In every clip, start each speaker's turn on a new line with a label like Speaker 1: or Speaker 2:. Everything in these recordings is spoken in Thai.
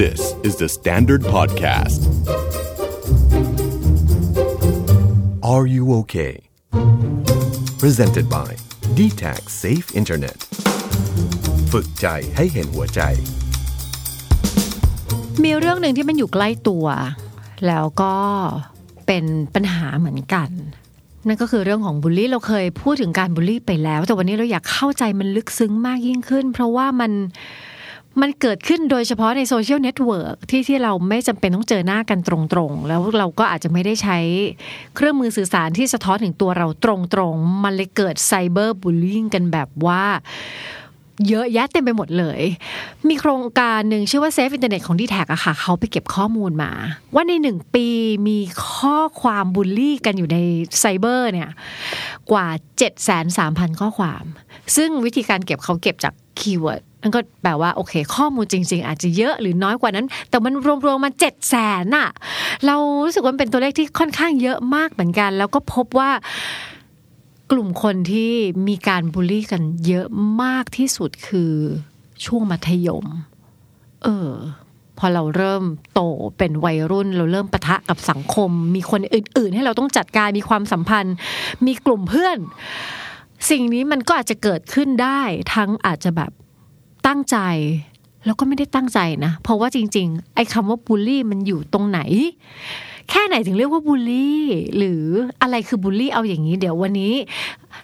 Speaker 1: This is the Standard Podcast. Are you okay? Presented by d t a c Safe Internet. ฝึกใจให้เห็นหัวใจ
Speaker 2: มีเรื่องหนึ่งที่มันอยู่ใกล้ตัว แล้วก็เป็นปัญหาเหมือนกัน นั่นก็คือเรื่องของบูลลี่เราเคยพูดถึงการบูลลี่ไปแล้ว แต่วันนี้เราอยากเข้าใจมันลึกซึ้งมากยิ่งขึ้น เพราะว่ามันมันเกิดขึ้นโดยเฉพาะในโซเชียลเน็ตเวิร์กที่ที่เราไม่จำเป็นต้องเจอหน้ากันตรงๆ แล้วเราก็อาจจะไม่ได้ใช้เครื่องมือสื่อสารที่สะท้อนถึงตัวเราตรงๆ มันเลยเกิดไซเบอร์บูลลี่กันแบบว่า เยอะแยะเต็มไปหมดเลย มีโครงการหนึ่งชื่อว่า Safe Internet ของ d t แทอะค่ะ เขาไปเก็บข้อมูลมา ว่าในหนึ่งปีมีข้อความบูลลี่กันอยู่ในไซเบอร์เนี่ย กว่า 73,000 ข้อความ ซึ่งวิธีการเก็บเขาเก็บจากคีย์เวิร์ดนั่นก็แปลว่า โอเค ข้อมูลจริง ๆ อาจจะเยอะหรือน้อยกว่านั้น แต่มันรวมๆมา7 0 0 0 0นน่ะ เรารู้สึกว่ามันเป็นตัวเลขที่ค่อนข้างเยอะมากเหมือนกัน แล้วก็พบว่า กลุ่มคนที่มีการบูลลี่กันเยอะมากที่สุดคือช่วงมัธยม เออ พอเราเริ่มโตเป็นวัยรุ่น เราเริ่มปะทะกับสังคม มีคนอื่น ๆ ให้เราต้องจัดการมีความสัมพันธ์ มีกลุ่มเพื่อน สิ่งนี้มันก็อาจจะเกิดขึ้นได้ทั้งอาจจะแบบตั้งใจ แล้วก็ไม่ได้ตั้งใจนะ เพราะว่าจริง ๆ ไอ้คำว่าบูลลี่มันอยู่ตรงไหน แค่ไหนถึงเรียกว่าบูลลี่ หรืออะไรคือบูลลี่เอาอย่างนี้ เดี๋ยววันนี้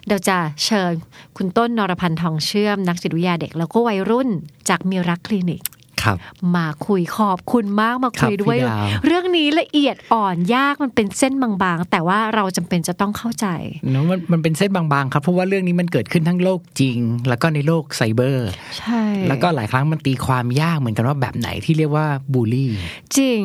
Speaker 2: เราจะเชิญคุณต้นนรพันธ์ทองเชื่อม นักจิตวิทยาเด็ก แล้วก็วัยรุ่นจากมิรักคลินิก
Speaker 3: ครับ
Speaker 2: มาคุยขอบคุณมากมาคุย
Speaker 3: ครับ
Speaker 2: ด้วย
Speaker 3: พี่ดาว
Speaker 2: เรื่องนี้ละเอียดอ่อนยากมันเป็นเส้นบางๆ แต่ว่าเราจำเป็นจะต้องเข้าใจ
Speaker 3: เนาะมันมันเป็นเส้นบางๆครับ เพราะว่าเรื่องนี้มันเกิดขึ้นทั้งโลกจริง แล้วก็ในโลกไซเบอร์
Speaker 2: ใช่
Speaker 3: แล้วก็หลายครั้งมันตีความยากเหมือนกันว่าแบบไหนที่เรียกว่าบูลลี่
Speaker 2: จริง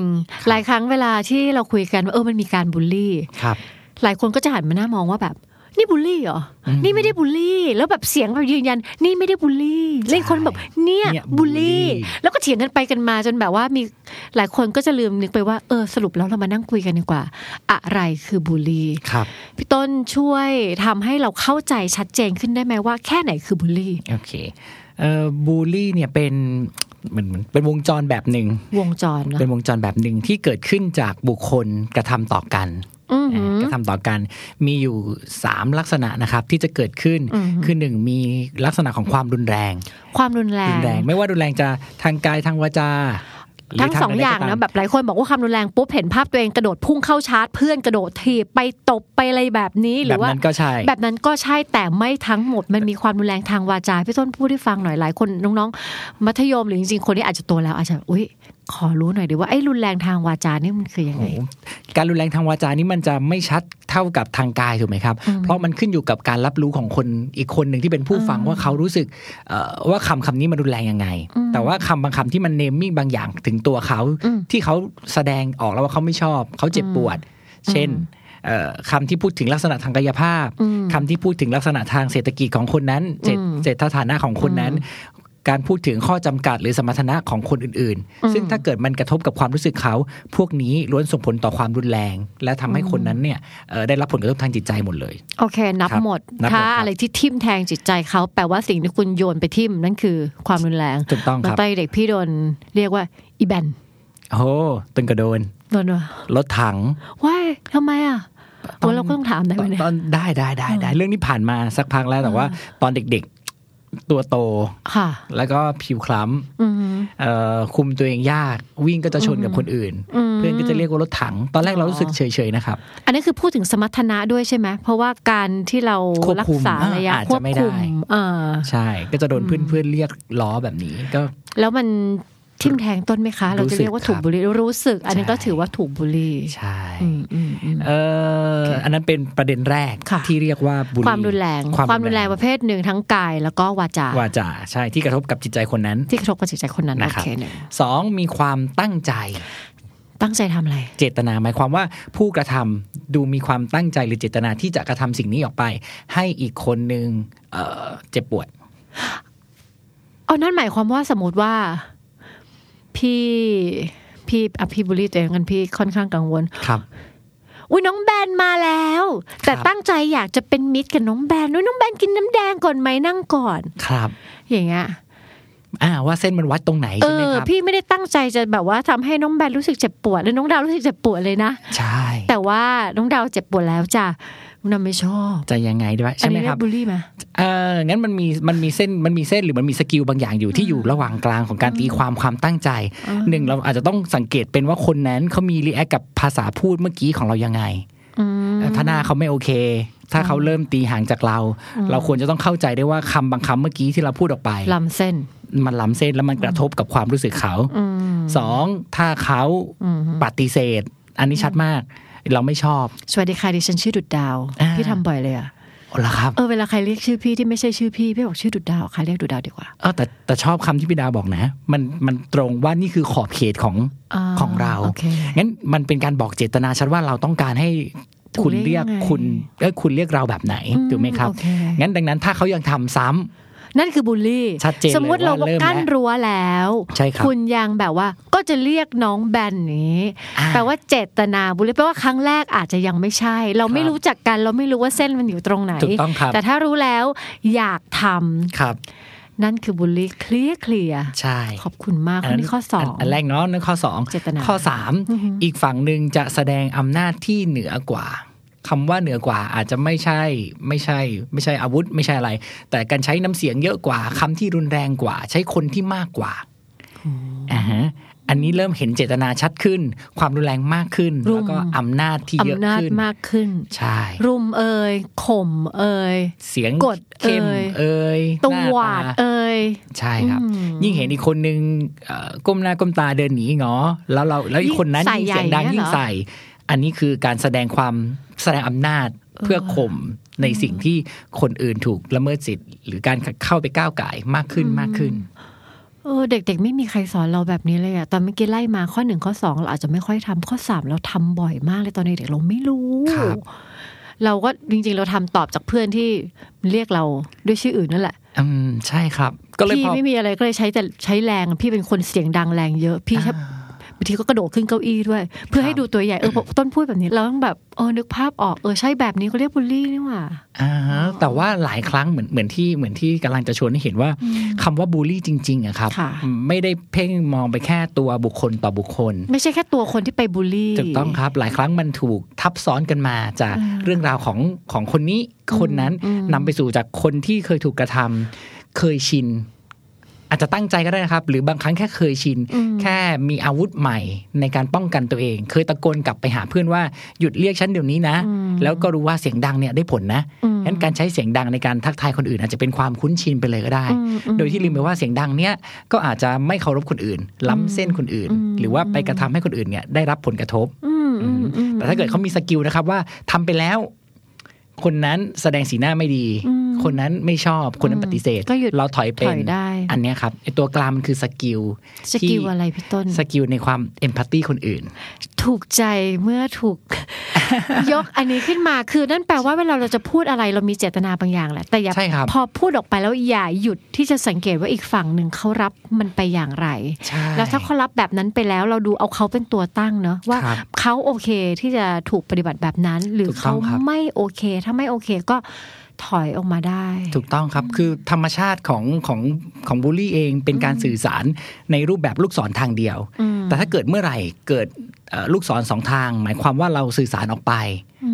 Speaker 2: หลายครั้งเวลาที่เราคุยกันว่าเออมันมีการบูลลี่
Speaker 3: ครับ
Speaker 2: หลายคนก็จะหันมาหน้ามองว่าแบบ นี่บูลลี่เหรอ นี่ไม่ได้บูลลี่ แล้วแบบเสียงแบบยืนยัน นี่ไม่ได้บูลลี่เล่นคนแบบเนี่ย
Speaker 3: เนี่ยบู
Speaker 2: บูล
Speaker 3: ลลี่
Speaker 2: ลี่ แล้วก็เถียงกันไปกันมาจนแบบว่ามีหลายคนก็จะลืมนึกไปว่าเออสรุปแล้วเรามานั่งคุยกันดีกว่า อะไรคือบูลลี่
Speaker 3: ครับ
Speaker 2: พี่ต้นช่วยทำให้เราเข้าใจชัดเจนขึ้นได้ไหมว่าแค่ไหนคือบูลลี่
Speaker 3: โอเคเอ่อบูลลี่เนี่ยเป็นเหมือนเหมือนเป็นวงจรแบบหนึ่ง
Speaker 2: วงจรนะ
Speaker 3: เป็นวงจรแบบหนึ่งที่เกิดขึ้นจากบุคคลกระทำต่อกัน
Speaker 2: อือหือ
Speaker 3: กระทำต่อกันมีอยู่ 3 ลักษณะนะครับที่จะเกิดขึ้น
Speaker 2: อือฮึ
Speaker 3: คือหนึ่งมีลักษณะของความรุนแรง
Speaker 2: ความรุนแร
Speaker 3: รุ
Speaker 2: ง
Speaker 3: นแรงไม่ว่ารุนแรงจะทางกายทางวาจาหรื
Speaker 2: ทั้งสอง
Speaker 3: ะไร
Speaker 2: อย่าง
Speaker 3: ก็ต
Speaker 2: นะ
Speaker 3: ม
Speaker 2: แบบหลายคนบอกว่าความรุนแรงปุ๊บเห็นภาพตัวเองกระโดดพุ่งเข้าชาร์จเพื่อนกระโดดถีบไปตบไปอะไรแบบนี้หรือ
Speaker 3: แบ
Speaker 2: บ ว่า
Speaker 3: นั้นก็ใช่
Speaker 2: แบบนั้นก็ใช่แต่ไม่ทั้งหมดมันมีความรุนแรงทางวาจาพี่ต้นพูดให้ฟังหน่อยหลายคนน้องๆ มัธยมหรือจริงๆคนที่อาจจะโตแล้วอาจจะอุ้ยขอรู้หน่อยดีว่าไอ้รุนแรงทางวาจานี่มันคือยังไง
Speaker 3: โอ้โหการรุนแรงทางวาจานี่มันจะไม่ชัดเท่ากับทางกายถูกไหมครับ
Speaker 2: อืม
Speaker 3: เพราะมันขึ้นอยู่กับการรับรู้ของคนอีกคนหนึ่งที่เป็นผู้ฟัง
Speaker 2: อ่า
Speaker 3: ว่าเขารู้สึกเอ่อว่าคำคำนี้มันรุนแรงยังไง
Speaker 2: อืม
Speaker 3: แต่ว่าคำบางคำที่มันเนมมิ่งบางอย่างถึงตัวเขา
Speaker 2: อืม
Speaker 3: ที่เขาแสดงออกแล้วว่าเขาไม่ชอบ เขาเจ็บปวด เช่นเอ่อคำที่พูดถึงลักษณะทางกายภาพ
Speaker 2: อืม
Speaker 3: คำที่พูดถึงลักษณะทางเศรษฐกิจของคนนั้นเศรษ
Speaker 2: อืม
Speaker 3: เศรษฐฐานะของคนนั้น การพูดถึงข้อจำกัดหรือสมรรถนะของคนอื่น
Speaker 2: อืม
Speaker 3: ๆ ซึ่งถ้าเกิดมันกระทบกับความรู้สึกเขา พวกนี้ล้วนส่งผลต่อความรุนแรง และทำให้คนนั้นเนี่ยเอ่อได้รับผลกระทบทางจิตใจหมดเลย
Speaker 2: โอเค นับ
Speaker 3: ครับ
Speaker 2: หมด
Speaker 3: นับหมด
Speaker 2: ถ้า
Speaker 3: ครับ
Speaker 2: อะไรที่ทิ่มแทงจิตใจเขาแปลว่าสิ่งที่คุณโยนไปทิ่มนั่นคือความรุนแรง
Speaker 3: ถูกต้อง
Speaker 2: ต
Speaker 3: ค
Speaker 2: อน
Speaker 3: รับ
Speaker 2: ตอนเด็กพี่โดนเรียกว่าอีแบน
Speaker 3: โอ้โหตึงกระโดน
Speaker 2: โดนว่าร
Speaker 3: ถถัง
Speaker 2: ว้ายทำไมอ่ะโอ้เราก็ต้องถามได้ไหมเนี่ย
Speaker 3: ตอนได้ได้ได้ได้เรื่องนี้ผ่านมาสักพักแล้วแต่ว่า ตอนเด็กๆตัวโต
Speaker 2: ค่ะ
Speaker 3: แล้วก็ผิวคล้
Speaker 2: อือหือ
Speaker 3: ำเอ่อคุมตัวเองยากวิ่งก็จะชนกับคนอื่น
Speaker 2: อืม
Speaker 3: เพื่อนก็จะเรียกว่ารถถัง ตอนแรกเรารู้สึกเฉยๆนะครับ
Speaker 2: อันนี้คือพูดถึงสมรรถนะด้วยใช่ไหม เพราะว่าการที่เรา
Speaker 3: ควบ
Speaker 2: รั
Speaker 3: คุ
Speaker 2: ก
Speaker 3: ม
Speaker 2: ษาระยะ
Speaker 3: อาจ
Speaker 2: คว
Speaker 3: จะ
Speaker 2: บ
Speaker 3: ไม่
Speaker 2: คุม
Speaker 3: ได้
Speaker 2: เออ
Speaker 3: ใช่ ก็จะโดนเพื่อนๆเรียกล้อแบบนี้ก็
Speaker 2: แล้วมันทิ่มแทงต้นไหมคะ เราจะเรียกว่า
Speaker 3: รู้สึ
Speaker 2: ถู
Speaker 3: ก
Speaker 2: ก
Speaker 3: ครับ
Speaker 2: บุลลี่รู้สึก อันนี้
Speaker 3: ใช่
Speaker 2: ก็ถือว่าถูกบุลลี่
Speaker 3: ใช่
Speaker 2: อืมอืมอืม
Speaker 3: เอออันนั้นเป็นประเด็นแรก
Speaker 2: ค่ะ
Speaker 3: ที่เรียกว่าบุลลี่
Speaker 2: ความรุนแรง ความรุนแรงประเภทหนึ่งทั้งกายแล้วก็วาจา
Speaker 3: วาจาใช่ที่กระทบกับจิตใจคนนั้น
Speaker 2: ที่กระทบกับจิตใจคนนั้นโอ
Speaker 3: นะครับ
Speaker 2: เคหนึ่ง
Speaker 3: สองมีความตั้งใจ
Speaker 2: ตั้งใจทำอะไร
Speaker 3: เจตนาหมายความว่าผู้กระทำดูมีความตั้งใจหรือเจตนาที่จะกระทำสิ่งนี้ออกไป ให้อีกคนหนึ่งเอ่อเจ็บปวด
Speaker 2: เอานั่นหมายความว่าสมมติว่าพี่พี่อ่ะพี่บุลลี่ตัวเองกันพี่ค่อนข้างกังวล
Speaker 3: ครับ
Speaker 2: อุ้ยน้องแบนมาแล้ว แต่
Speaker 3: ครับ
Speaker 2: ตั้งใจอยากจะเป็นมิตรกับน้องแบนอุ้ยน้องแบนกินน้ำแดงก่อนไหมนั่งก่อน
Speaker 3: ครับ
Speaker 2: อย่างเงี้ย
Speaker 3: อ่าว่าเส้นมันวัดตรงไหน
Speaker 2: เอ
Speaker 3: ใช่ไหม
Speaker 2: อ
Speaker 3: ครับ
Speaker 2: พี่ไม่ได้ตั้งใจจะแบบว่าทำให้น้องแบนรู้สึกเจ็บปวดหรือน้องดาวรู้สึกเจ็บปวดเลยนะ
Speaker 3: ใช่
Speaker 2: แต่ว่าน้องดาวเจ็บปวดแล้วจ้ะน้องไม่ชอบ
Speaker 3: จะยังไงด้วย
Speaker 2: อั
Speaker 3: ใช่ไหม
Speaker 2: นี้เรี
Speaker 3: ค
Speaker 2: ย
Speaker 3: รับ
Speaker 2: กบูลลี่ไหม
Speaker 3: เอองั้นมันมีมันมีเส้นมันมีเส้นหรือมันมีสกิลบางอย่างอยู่ที่อยู่ระหว่างกลางของการตีความความตั้งใจ
Speaker 2: อ่า
Speaker 3: หนึ่งเราอาจจะต้องสังเกตเป็นว่าคนนั้นเขามีรีแอคกับภาษาพูดเมื่อกี้ของเรายังไง
Speaker 2: อืม
Speaker 3: ถ้าหน้าเขาไม่โอเค ถ้าเขาเริ่มตีห่างจากเรา เราควรจะต้องเข้าใจได้ว่าคำบางคำเมื่อกี้ที่เราพูดออกไป
Speaker 2: ลำเส้น
Speaker 3: มันล้ำเส้นแล้วมันกระทบกับความรู้สึกเขา
Speaker 2: อืม
Speaker 3: สองถ้าเขาปฏิเสธ อันนี้ชัดมาก เราไม่ชอบ
Speaker 2: สวัสดีค่ะดิฉันชื่อดุดดาว
Speaker 3: อ่า
Speaker 2: พี่ทำบ่อยเลยอะ
Speaker 3: เอาละครับ
Speaker 2: เออเวลาใครเรียกชื่อพี่ที่ไม่ใช่ชื่อพี่พี่บอกชื่อดุดดาวค่ะเรียกดุดดาวดีกว่า
Speaker 3: เออแต่แต่ชอบคำที่พี่ดาบอกนะ มันมันตรงว่านี่คือขอบเขตของ
Speaker 2: า
Speaker 3: ของเรา
Speaker 2: โอเค
Speaker 3: งั้นมันเป็นการบอกเจตนาชัดว่าเราต้องการให้คุณ
Speaker 2: ถูกเรี
Speaker 3: เรีย
Speaker 2: ย
Speaker 3: ก
Speaker 2: กยังไง
Speaker 3: คุณเออคุณเรียกเราแบบไหน
Speaker 2: อื
Speaker 3: ถูกไหมครับ
Speaker 2: โอเ
Speaker 3: งั้นดังนั้นถ้าเขายังทำซ้ำ
Speaker 2: นั่นคือบูลลี่
Speaker 3: ชัดเจนเลย
Speaker 2: สมมติเรา
Speaker 3: ว่าเริ่ม
Speaker 2: กั้นรั้วแล้ว
Speaker 3: ใช่ครับ
Speaker 2: คุณยังแบบว่าก็จะเรียกน้องแบนนี้
Speaker 3: อ่
Speaker 2: แปลว่าเจตนาบุรีแปลว่าครั้งแรกอาจจะยังไม่ใช่ เราไม่
Speaker 3: ครับ
Speaker 2: รู้จักกัน เราไม่รู้ว่าเส้นมันอยู่ตรงไหน
Speaker 3: ถูกต้องครับ
Speaker 2: แต่ถ้ารู้แล้วอยากทำ
Speaker 3: ครับ
Speaker 2: นั่นคือบุลลี่เคลียร์เคลียร์
Speaker 3: ใช่
Speaker 2: ขอบคุณมากข้อนี้ข้อสอง
Speaker 3: นแรกเนาะนั่นข้อสอง
Speaker 2: เจตนา
Speaker 3: ข้อสาม
Speaker 2: อือฮึ
Speaker 3: อีกฝั่งหนึ่งจะแสดงอำนาจที่เหนือกว่าคำว่าเหนือกว่าอาจจะไม่ใช่ไม่ใช่ ไม่ใช่อาวุธไม่ใช่อะไร แต่การใช้น้ำเสียงเยอะกว่าคำที่รุนแรงกว่า ใช้คนที่มากกว่าอ่าฮะอันนี้เริ่มเห็นเจตนาชัดขึ้น ความรุนแรงมากขึ้น แล้วก็อำนาจที่เยอะ
Speaker 2: อำนาจ
Speaker 3: ขึ้น
Speaker 2: มากขึ้น
Speaker 3: ใช่
Speaker 2: รุมเอ่ยข่มเอ่ย
Speaker 3: เสียง
Speaker 2: กด
Speaker 3: เข้ม
Speaker 2: เอ่ย
Speaker 3: เอ่ย
Speaker 2: ตว
Speaker 3: น้
Speaker 2: หวาด
Speaker 3: ต
Speaker 2: เอ่ย
Speaker 3: ใช่ครับ
Speaker 2: อืม
Speaker 3: ยิ่งเห็นอีกคนนึงเอ่อก้มหน้าก้มตาเดินหนีเหงอแล้วเราแล้วอีกคนนั้น
Speaker 2: ยิ่ง
Speaker 3: ยิ่งเสียงดัง
Speaker 2: ใส่ใหญ่
Speaker 3: ยิ่งใส่ อันนี้คือการแสดงความแสดงอำนาจเพื่อข่มในสิ่งที่คนอื่นถูกละเมิดสิทธิ์ หรือการเข้าไปก้าวไก่ายมากขึ้น
Speaker 2: อืม
Speaker 3: มากขึ้น
Speaker 2: เออเด็กๆ ไม่มีใครสอนเราแบบนี้เลยอะตอนเมื่อกี้ไล่มาข้อหนึ่งข้อสองเราอาจจะไม่ค่อยทำข้อสามเราทำบ่อยมากเลยตอนเด็กๆเราไม่รู้
Speaker 3: ครับ
Speaker 2: เราก็จริงๆ เราทำตอบจากเพื่อนที่เรียกเราด้วยชื่ออื่นนั่นแหละ
Speaker 3: อืมใช่ครับ ก็เลย
Speaker 2: พี่
Speaker 3: พอ
Speaker 2: ไม่มีอะไรก็เลยใช้แต่ใช้แรงพี่เป็นคนเสียงดังแรงเยอะพี่แทบบางทีก็กระโดดขึ้นเก้าอี้ด้วย เพื่อให้ดูตัวใหญ่เออพอต้นพูดแบบนี้เราต้องแบบเออนึกภาพออกเออใช่แบบนี้เขาเรียกบูลลี่นี่หว่า
Speaker 3: อ่าฮะแต่ว่าหลายครั้งเหมือนเหมือนที่เหมือนที่กำลังจะชวนให้เห็นว่าคำว่าบูลลี่จริงๆอะครับ
Speaker 2: ค่ะ
Speaker 3: ไม่ได้เพ่งมองไปแค่ตัวบุคคลต่อบุคคล
Speaker 2: ไม่ใช่แค่ตัวคนที่ไปบูลลี่
Speaker 3: ถูกต้องครับหลายครั้งมันถูกทับซ้อนกันมาจากเรื่องราวของของคนนี้คนนั้นนำไปสู่จากคนที่เคยถูกกระทำเคยชิน อาจจะตั้งใจก็ได้นะครับ หรือบางครั้งแค่เคยชิน
Speaker 2: อืม
Speaker 3: แค่มีอาวุธใหม่ในการป้องกันตัวเอง เคยตะโกนกลับไปหาเพื่อนว่าหยุดเรียกฉันเดี๋ยวนี้นะ แล้วก็รู้ว่าเสียงดังเนี่ยได้ผลนะงั้นการใช้เสียงดังในการทักทายคนอื่น อาจจะเป็นความคุ้นชินไปเลยก็ได้ โดยที่ลืมไปว่าเสียงดังเนี่ยก็อาจจะไม่เคารพคนอื่น ล้ำเส้นคนอื่น หรือว่าไปกระทำให้คนอื่นเนี่ยได้รับผลกระทบ
Speaker 2: อืมอืมอืม
Speaker 3: แต่ถ้าเกิดเขามีสกิลนะครับว่าทำไปแล้ว คนนั้นแสดงสีหน้าไม่ดี
Speaker 2: อืม
Speaker 3: คนนั้นไม่ชอบคนนั้นปฏิเสธ
Speaker 2: ก็หยุด
Speaker 3: เราถอยเป็น
Speaker 2: ถอยได้
Speaker 3: นเนี้ยครับไอตัวกลางมันคือสกิล
Speaker 2: สกิลอะไรพี่ต้น
Speaker 3: สกิลในความเอมพัตตีคนอื่น
Speaker 2: ถูกใจเมื่อถูก ยกอันนี้ขึ้นมาคือนั่นแปลว่าเวลาเราจะพูดอะไรเรามีเจตนาบางอย่างแหละแต่อย่า
Speaker 3: ใช่ครับ
Speaker 2: พอพูดออกไปแล้วอย่าหยุดที่จะสังเกตว่าอีกฝั่งหนึ่งเขารับมันไปอย่างไร
Speaker 3: ใช่
Speaker 2: แล้วถ้าเขารับแบบนั้นไปแล้วเราดูเอาเขาเป็นตัวตั้งเนอะว่า
Speaker 3: ครับ
Speaker 2: เขาโอเคที่จะถูกปฏิบัติแบบนั้น หรือ
Speaker 3: ถูกต้
Speaker 2: เขา
Speaker 3: องครับ
Speaker 2: ไม่โอเค ถ้าไม่โอเคก็ถอยออกมาได้
Speaker 3: ถูกต้องครับ คือธรรมชาติของของของบูลลี่เองเป็นการสื่อสารในรูปแบบลูกศรทางเดียว
Speaker 2: อืม
Speaker 3: แต่ถ้าเกิดเมื่อไหร่เกิดเอ่อลูกศรสองทาง หมายความว่าเราสื่อสารออกไป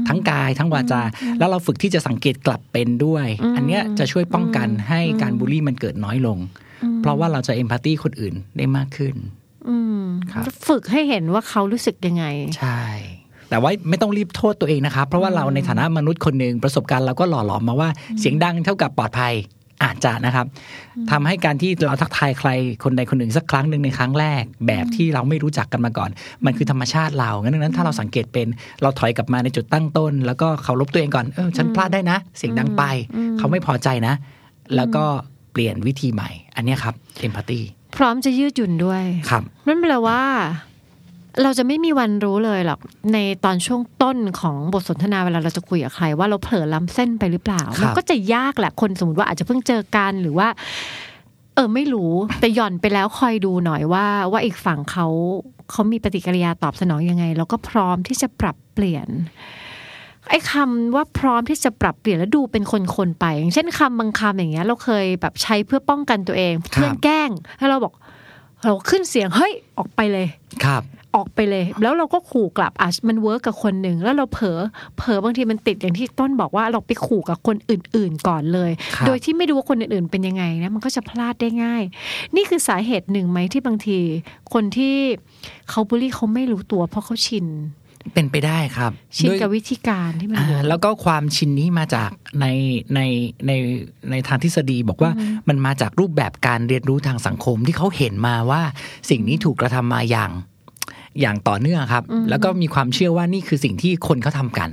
Speaker 3: ทั้งกายทั้งวาจา แล้วเราฝึกที่จะสังเกตกลับเป็นด้วย อันเนี้ยจะช่วยป้องกันให้การบูลลี่มันเกิดน้อยลง เพราะว่าเราจะเอมพัตตีคนอื่นได้มากขึ้น
Speaker 2: อืม
Speaker 3: ครับ
Speaker 2: ฝึกให้เห็นว่าเขารู้สึกยังไง
Speaker 3: ใช่ แต่ว่าไม่ต้องรีบโทษตัวเองนะครับ เพราะว่าเราในฐานะมนุษย์คนหนึ่งประสบการณ์เราก็หล่อหลอมมาว่าเสียงดังเท่ากับปลอดภัยอาจจะนะครับทำให้การที่เราทักทายใครคนใดคนหนึ่งสักครั้งหนึ่งในครั้งแรก แบบที่เราไม่รู้จักกันมาก่อน มันคือธรรมชาติเรางั้นดังนั้นถ้าเราสังเกตเป็นเราถอยกลับมาในจุดตั้งต้น แล้วก็เคารพตัวเองก่อนเออฉันพลาดได้นะ เสียงดังไป เขาไม่พอใจนะ แล้วก็เปลี่ยนวิธีใหม่ อันเนี้ยครับเอมพัตตี
Speaker 2: พร้อมจะยืดหยุ่นด้วย
Speaker 3: ครับ
Speaker 2: นั่นแปลว่าเราจะไม่มีวันรู้เลยหรอกในตอนช่วงต้นของบทสนทนาเวลาเราจะคุยกับใคร ว่าเราเผลอล้ำเส้นไปหรือเปล่า
Speaker 3: ครับ
Speaker 2: มันก็จะยากแหละคนสมมติว่าอาจจะเพิ่งเจอกันหรือว่า เออไม่รู้ แต่หย่อนไปแล้วคอยดูหน่อยว่า ว่าอีกฝั่งเขาเขามีปฏิกิริยาตอบสนองยังไง แล้วก็พร้อมที่จะปรับเปลี่ยน ไอ้คำว่าพร้อมที่จะปรับเปลี่ยนและดูเป็นคนๆไป อย่างเช่นคำบางคำอย่างเงี้ย เราเคยแบบใช้เพื่อป้องกันตัวเอง เพื่อนแกล้งแล้วเราบอก เราขึ้นเสียงเฮ้ยออกไปเลย
Speaker 3: ครับ
Speaker 2: ออกไปเลย แล้วเราก็ขู่กลับอ่ะมันเวิร์กกับคนหนึ่งแล้วเราเผลอเผลอบางทีมันติดอย่างที่ต้นบอกว่าเราไปขู่กับคนอื่น ๆ ก่อนเลย
Speaker 3: ครับ
Speaker 2: โดยที่ไม่รู้ว่าคนอื่นๆเป็นยังไงนะมันก็จะพลาดได้ง่าย นี่คือสาเหตุหนึ่งไหมที่บางที คนที่เขาบูลลี่เขาไม่รู้ตัว เพราะเขาชิน
Speaker 3: เป็นไปได้ครับ
Speaker 2: ชิน
Speaker 3: ด้วย
Speaker 2: กับวิธีการที่มัน
Speaker 3: อ่า
Speaker 2: เวิร์ก
Speaker 3: แล้วก็ความชินนี้มาจากในในในในทางทฤษฎีบอกว่ามันมาจากรูปแบบการเรียนรู้ทางสังคมที่เขาเห็นมาว่าสิ่งนี้ถูกกระทำมาอย่างอย่างต่อเนื่องครับ
Speaker 2: อืม
Speaker 3: แล้วก็มีความเชื่อว่านี่คือสิ่งที่คนเขาทำกัน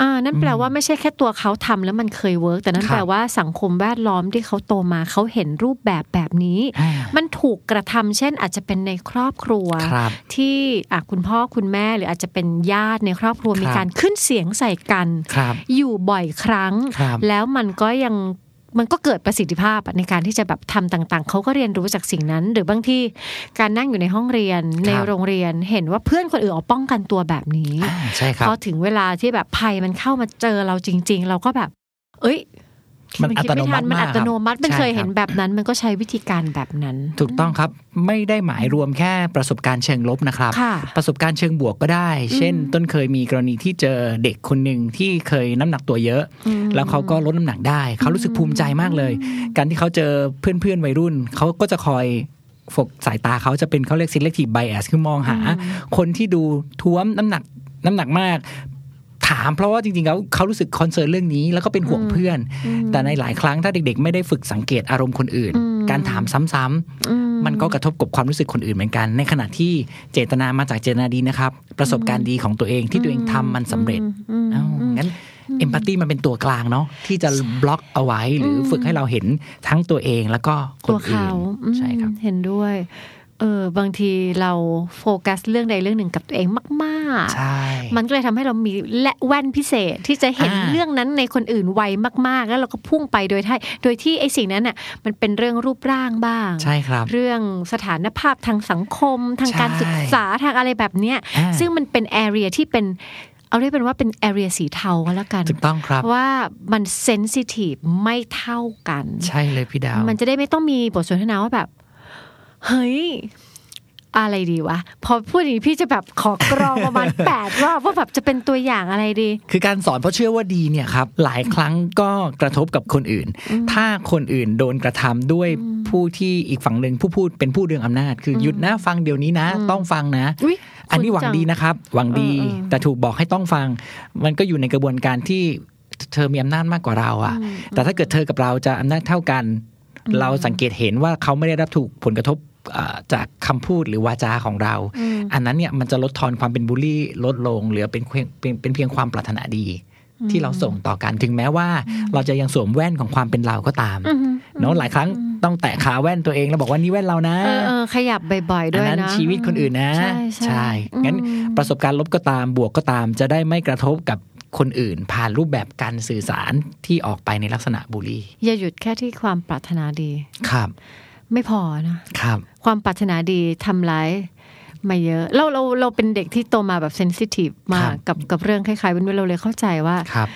Speaker 2: อ่านั่นแปลว่าไม่ใช่แค่ตัวเขาทำแล้วมันเคยเวิร์กแต่นั่น
Speaker 3: ครับ
Speaker 2: แปลว่าสังคมแวดล้อมที่เขาโตมาเขาเห็นรูปแบบแบบนี้ มันถูกกระทำเช่นอาจจะเป็นในครอบครัว
Speaker 3: ครับ
Speaker 2: ที่อ่ะคุณพ่อคุณแม่หรืออาจจะเป็นญาติในครอบครัว
Speaker 3: ครับ
Speaker 2: มีการขึ้นเสียงใส่กัน
Speaker 3: ครับ
Speaker 2: อยู่บ่อยครั้ง
Speaker 3: ครับ
Speaker 2: แล้วมันก็ยังมันก็เกิดประสิทธิภาพอะในการที่จะแบบทำต่างๆ เขาก็เรียนรู้จากสิ่งนั้น หรือบางที่การนั่งอยู่ในห้องเรียนในโรงเรียนเห็นว่าเพื่อนคนอื่นออกป้องกันตัวแบบนี้
Speaker 3: อ่าใช่ครั
Speaker 2: พ
Speaker 3: บ
Speaker 2: อถึงเวลาที่แบบภัยมันเข้ามาเจอเราจริง ๆ เราก็แบบ เอ้ย
Speaker 3: มันอัตโนมัติ
Speaker 2: มัน
Speaker 3: มา
Speaker 2: อั
Speaker 3: กครับ
Speaker 2: ตโนมัติมัน
Speaker 3: ใช่
Speaker 2: เคย
Speaker 3: ครับ
Speaker 2: เห็นแบบนั้น มันก็ใช้วิธีการแบบนั้น
Speaker 3: ถูกต้องครับไม่ได้หมายรวมแค่ประสบการณ์เชิงลบนะครับ
Speaker 2: ค่ะ
Speaker 3: ประสบการณ์เชิงบวกก็ได้ เช่น ต้นเคยมีกรณีที่เจอเด็กคนหนึ่งที่เคยน้ำหนักตัวเยอะ
Speaker 2: อืม
Speaker 3: แล้วเขาก็ลดน้ำหนักได้ เขารู้สึกภูมิใจมากเลย การที่เขาเจอเพื่อนๆวัยรุ่น เขาก็จะคอยโฟกสายตาเขาจะเป็นเขาเรียก selective bias คือมองหา คนที่ดูท้วมน้ำหนักน้ำหนักมาก ถามเพราะว่าจริงๆแล้วเขารู้สึกคอนเซิร์นเรื่องนี้ แล้วก็เป็นห่วงเพื่อน แต่ในหลายครั้งถ้าเด็กๆ ไม่ได้ฝึกสังเกตอารมณ์คนอื่น การถามซ้ำ
Speaker 2: อืม
Speaker 3: ๆ มันก็กระทบกับความรู้สึกคนอื่นเหมือนกัน ในขณะที่เจตนามาจากเจตนาดีนะครับ ประสบการณ์ดีของตัวเองที่ตัวเองทำมันสำเร็จ
Speaker 2: อืม
Speaker 3: เอ้างั้นเอมพัตตีมันเป็นตัวกลางเนาะที่จะบล็อกเอาไว้หรืออ
Speaker 2: ม
Speaker 3: ฝึกให้เราเห็นทั้งตัวเองแล้วก็ค
Speaker 2: ตัว
Speaker 3: นอื่
Speaker 2: เขา
Speaker 3: น
Speaker 2: อืม
Speaker 3: ใช่ครับ
Speaker 2: เห็นด้วย เออบางทีเราโฟกัสเรื่องใดเรื่องหนึ่งกับตัวเองมาก
Speaker 3: ใช่
Speaker 2: ๆ มันก็เลยทำให้เรามีและแว่นพิเศษที่จะเห็น
Speaker 3: อ่า
Speaker 2: เรื่องนั้นในคนอื่นไวมากๆ แล้วเราก็พุ่งไปโดยที่โดยที่ไอ้สิ่งนั้นน่ะมันเป็นเรื่องรูปร่างบ้าง
Speaker 3: ใช่ครับ
Speaker 2: เรื่องสถานภาพทางสังคม ทาง
Speaker 3: ใช่
Speaker 2: การศึกษาทางอะไรแบบเนี้ย
Speaker 3: อ่า
Speaker 2: ซึ่งมันเป็นแอเรียที่เป็นเอาเรียกเป็นว่าเป็นแอเรียสีเทาก็แล้วกัน
Speaker 3: ถูกต้องครับ
Speaker 2: ว่ามันเซนซิทีฟไม่เท่ากัน
Speaker 3: ใช่เลยพี่ดาว
Speaker 2: มันจะได้ไม่ต้องมีบทสนทนาว่าแบบ เฮ้ย อะไรดีวะ พอพูดอย่างนี้พี่จะแบบขอกรองประ มาณ แปดรอบว่าแบบจะเป็นตัวอย่างอะไรดี
Speaker 3: คือการสอนเพราะเชื่อว่าดีเนี่ยครับหลายครั้งก็กระทบกับคนอื่น ถ้าคนอื่นโดนกระทำด้วยผู้ที่อีกฝั่งหนึ่งผู้พูดเป็นผู้เรื่องอำนาจ คือหยุดนะฟังเดี๋ยวนี้นะ ต้องฟังนะ
Speaker 2: อุ๊ย
Speaker 3: อันนี้หวัง
Speaker 2: คุ้จั
Speaker 3: ดีนะครับ หวังดี
Speaker 2: เออเออ
Speaker 3: แต่ถูกบอกให้ต้องฟัง มันก็อยู่ในกระบวนการที่เธอมีอำนาจมากกว่าเราอะ
Speaker 2: อืม
Speaker 3: แต่ถ้าเกิดเธอกับเราจะอำนาจเท่ากัน เราสังเกตเห็นว่าเขาไม่ได้รับถูกผลกระทบอ่าจากคำพูดหรือวาจาของเรา
Speaker 2: อืม
Speaker 3: อันนั้นเนี่ยมันจะลดทอนความเป็นบูลลี่ ลดลงเหลือเป็นเพียงเป็นเป็นเพียงความปรารถนาดี ที่เราส่งต่อกันถึงแม้ว่าเราจะยังสวมแว่นของความเป็นเราก็ตาม
Speaker 2: อือฮึ
Speaker 3: เนาะหลายครั้งต้องแตะขาแว่นตัวเองแล้วบอกว่านี่แว่นเรานะ
Speaker 2: เออเออขยับบ่อยๆ
Speaker 3: อั
Speaker 2: ด้
Speaker 3: น
Speaker 2: วย
Speaker 3: นั้น
Speaker 2: นะ
Speaker 3: ชีวิตคนอื่นนะ
Speaker 2: ใช่ใช่
Speaker 3: งั้น
Speaker 2: อืม
Speaker 3: ประสบการณ์ลบก็ตามบวกก็ตาม จะได้ไม่กระทบกับคนอื่น ผ่านรูปแบบการสื่อสารที่ออกไปในลักษณะบูลลี่
Speaker 2: อย่าหยุดแค่ที่ความปรารถนาดี
Speaker 3: ครับ
Speaker 2: ไม่พอนะ
Speaker 3: ครับ
Speaker 2: ความปรารถนาดีทำร้ายมาเยอะเราเราเราเป็นเด็กที่โตมาแบบเซนซิทีฟมา
Speaker 3: ค
Speaker 2: กกั
Speaker 3: รับ
Speaker 2: บกับเรื่องคล้ายๆเป็นเราเลยเข้าใจว่า
Speaker 3: ครับ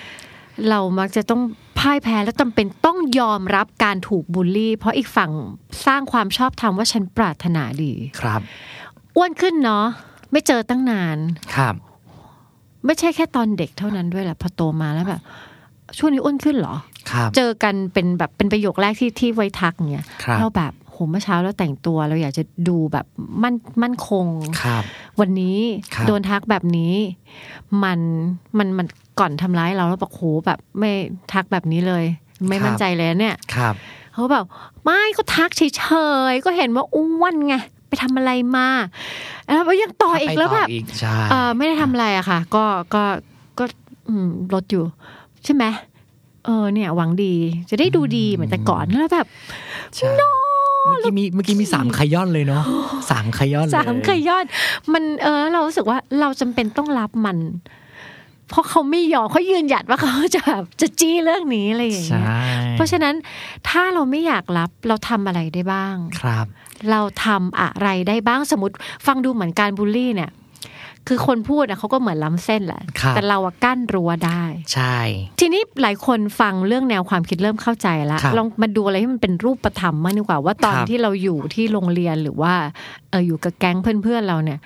Speaker 2: เรามักจะต้องพ่ายแพ้และจำเป็นต้องยอมรับการถูกบูลลี่ เพราะอีกฝั่งสร้างความชอบธรรมว่าฉันปรารถนาดี
Speaker 3: ครับ
Speaker 2: อ้วนขึ้นเนาะไม่เจอตั้งนาน
Speaker 3: ครับ
Speaker 2: ไม่ใช่แค่ตอนเด็กเท่านั้นด้วยแหละพอโตมาแล้วแบบช่วงนี้อ้วนขึ้นเหรอ
Speaker 3: ครับ
Speaker 2: เจอกันเป็นแบบเป็นประโยคแรกที่ที่ไว้ทักเนี่ย
Speaker 3: ครับ
Speaker 2: เราแบบโหเมื่อเช้าเราแต่งตัว เราอยากจะดูแบบมั่นมั่นคง
Speaker 3: ครับ
Speaker 2: วันนี้
Speaker 3: ครับ
Speaker 2: โดนทักแบบนี้ มันมันมันก่อนทำร้ายเราแล้วบอกโหแบบไม่ทักแบบนี้เลย ไม่มั่นใจเลยนะเนี่ย
Speaker 3: ครับ
Speaker 2: เขาแบบไม่ก็ทักเฉยๆก็เห็นว่าอ้วนไงไปทำอะไรมาแล้วยังต่ออีกแล้วแบบ
Speaker 3: ไปต่อีกใช่
Speaker 2: เออไม่ได้ทำอะไรอะค่ะ ก็ก็ก็อืมลดอยู่ ใช่ไหมเออเนี่ย หวังดีจะได้ดูดีเหมือนแต่ก่อนแล้วแบบ
Speaker 3: ใช่เมื่อกี้มีเมื่อกี้มีสามขย้อนเลยเนาะ สามขย้อนเลย
Speaker 2: สามเคยยอด มันเออ เรารู้สึกว่าเราจำเป็นต้องรับมัน เพราะเขาไม่ยอมเขายืนหยัดว่าเขาจะแบบจะจี้เรื่องนี้อะไรอย่าง
Speaker 3: ใช่
Speaker 2: เงี้ยเพราะฉะนั้นถ้าเราไม่อยากรับเราทำอะไรได้บ้าง
Speaker 3: ครับ
Speaker 2: เราทำอะไรได้บ้างสมมติ ฟังดูเหมือนการบูลลี่เนี่ย คือคนพูดนะเขาก็เหมือนล้ำเส้นแหละ
Speaker 3: ครับ
Speaker 2: แต่เราอะกั้นรั้วได้
Speaker 3: ใช่
Speaker 2: ทีนี้หลายคนฟังเรื่องแนวความคิดเริ่มเข้าใจแล้ว
Speaker 3: ครับ
Speaker 2: ลองมาดูอะไรที่มันเป็นรูปธรรมมากดีกว่า ว่าตอน
Speaker 3: ครับ
Speaker 2: ที่เราอยู่ที่โรงเรียนหรือว่าเอออยู่กับแก๊งเพื่อนๆเราเนี่ย